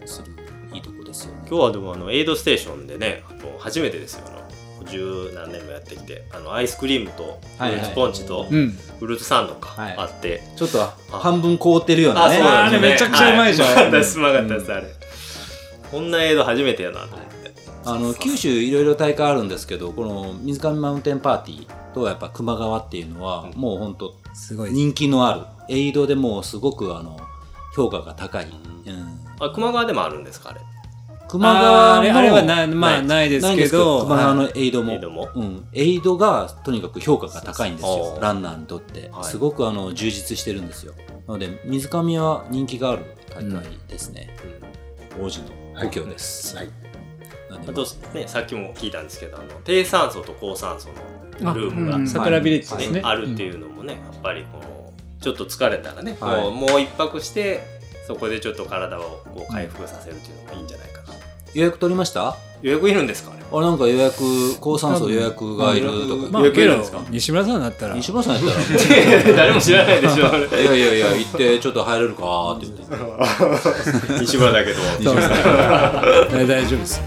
うんするいいとこですよね。今日はでもあのエイドステーションでねあの初めてですよあの十何年もやってきてあのアイスクリームとフはいはいルーツポンチとうんフルーツサンドかはいあって、ちょっと半分凍ってるようなね。あれめちゃくちゃうまいじゃんは私うまかったですあれこんなエイド初めてやなと思ってあの九州いろいろ大会あるんですけどこの水上マウンテンパーティーとやっぱ熊川っていうのはもう本当すごい人気のあるエイドでもうすごくあの評価が高い、うん、あ熊川でもあるんですかあれ熊川あれもあれはなまなあいないですけど熊川のエイドも,、エイドもうん、エイドがとにかく評価が高いんですそうそようランナーにとって、はいすごくあの充実してるんですよなので水上は人気がある大会ですね、王子の故郷です、なあと、ね、さっきも聞いたんですけどあの低酸素と高酸素のルームあうがん桜ビレッジですねあるっていうのもねやっぱりこうちょっと疲れたらね、はいこうもう一泊してそこでちょっと体をこう回復させるっていうのもいいんじゃないかな、予約取りました予約いるんですかねあれなんか予約高酸素予約がいるとか、まあ、けど西村さんだったら西村さんやったら誰も知らないでしょあれいやいやいや行ってちょっと入れるかって言って <laughs> 西村だけど西村そうだ大丈夫です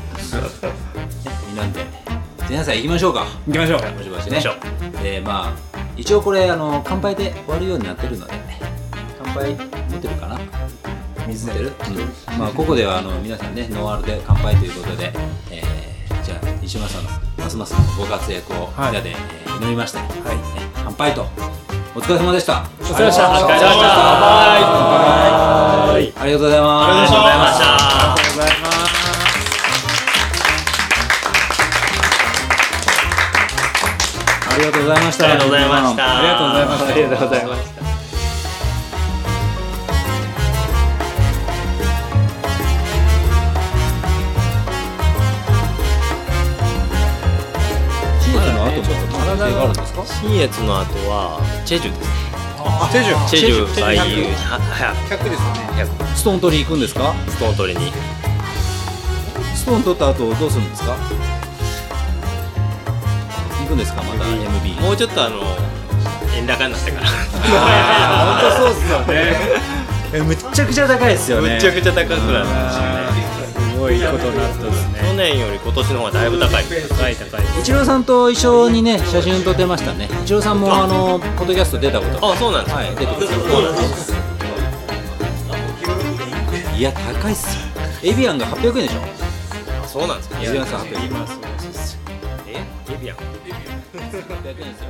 みんなんで前夜祭行きましょうか行きましょうもしもしねでまあ一応これあの乾杯で終わるようになってるので乾杯持ってるかな水出る、うん、まあここではあの皆さんねノンアルで乾杯ということで、えーじゃあ西村さんのますますのご活躍をみんなで、えー祈りまして、ね乾杯とお疲れ様でしたお疲疲れれ様でした様でした乾杯ありがとうございますありがとうございましたありがとうございました。ありがとうございましたありがとうございました。ありがとうございました新越の後も体があるんですか新越の後はチェジュですねチェジュチェジュがいいチェジュ100ですねストーン取り行くんですかストーン取りにストーン取った後どうするんですか行くんですかまた MB もうちょっとあの円高になってから本当そうっすよね <laughs> えむっちゃくちゃ高いですよねむっちゃくちゃ高くなるすごいことになったです去年より今年の方がだいぶ高い高い高いイチローさんと一緒にね写真撮ってましたねイチローさんもあのポッドキャスト出たことあそうなんですはい出てますそうなんですいや高いっすよエビアンが800円でしょあそうなんですかエビアンさん800円えエビアン100円ですよ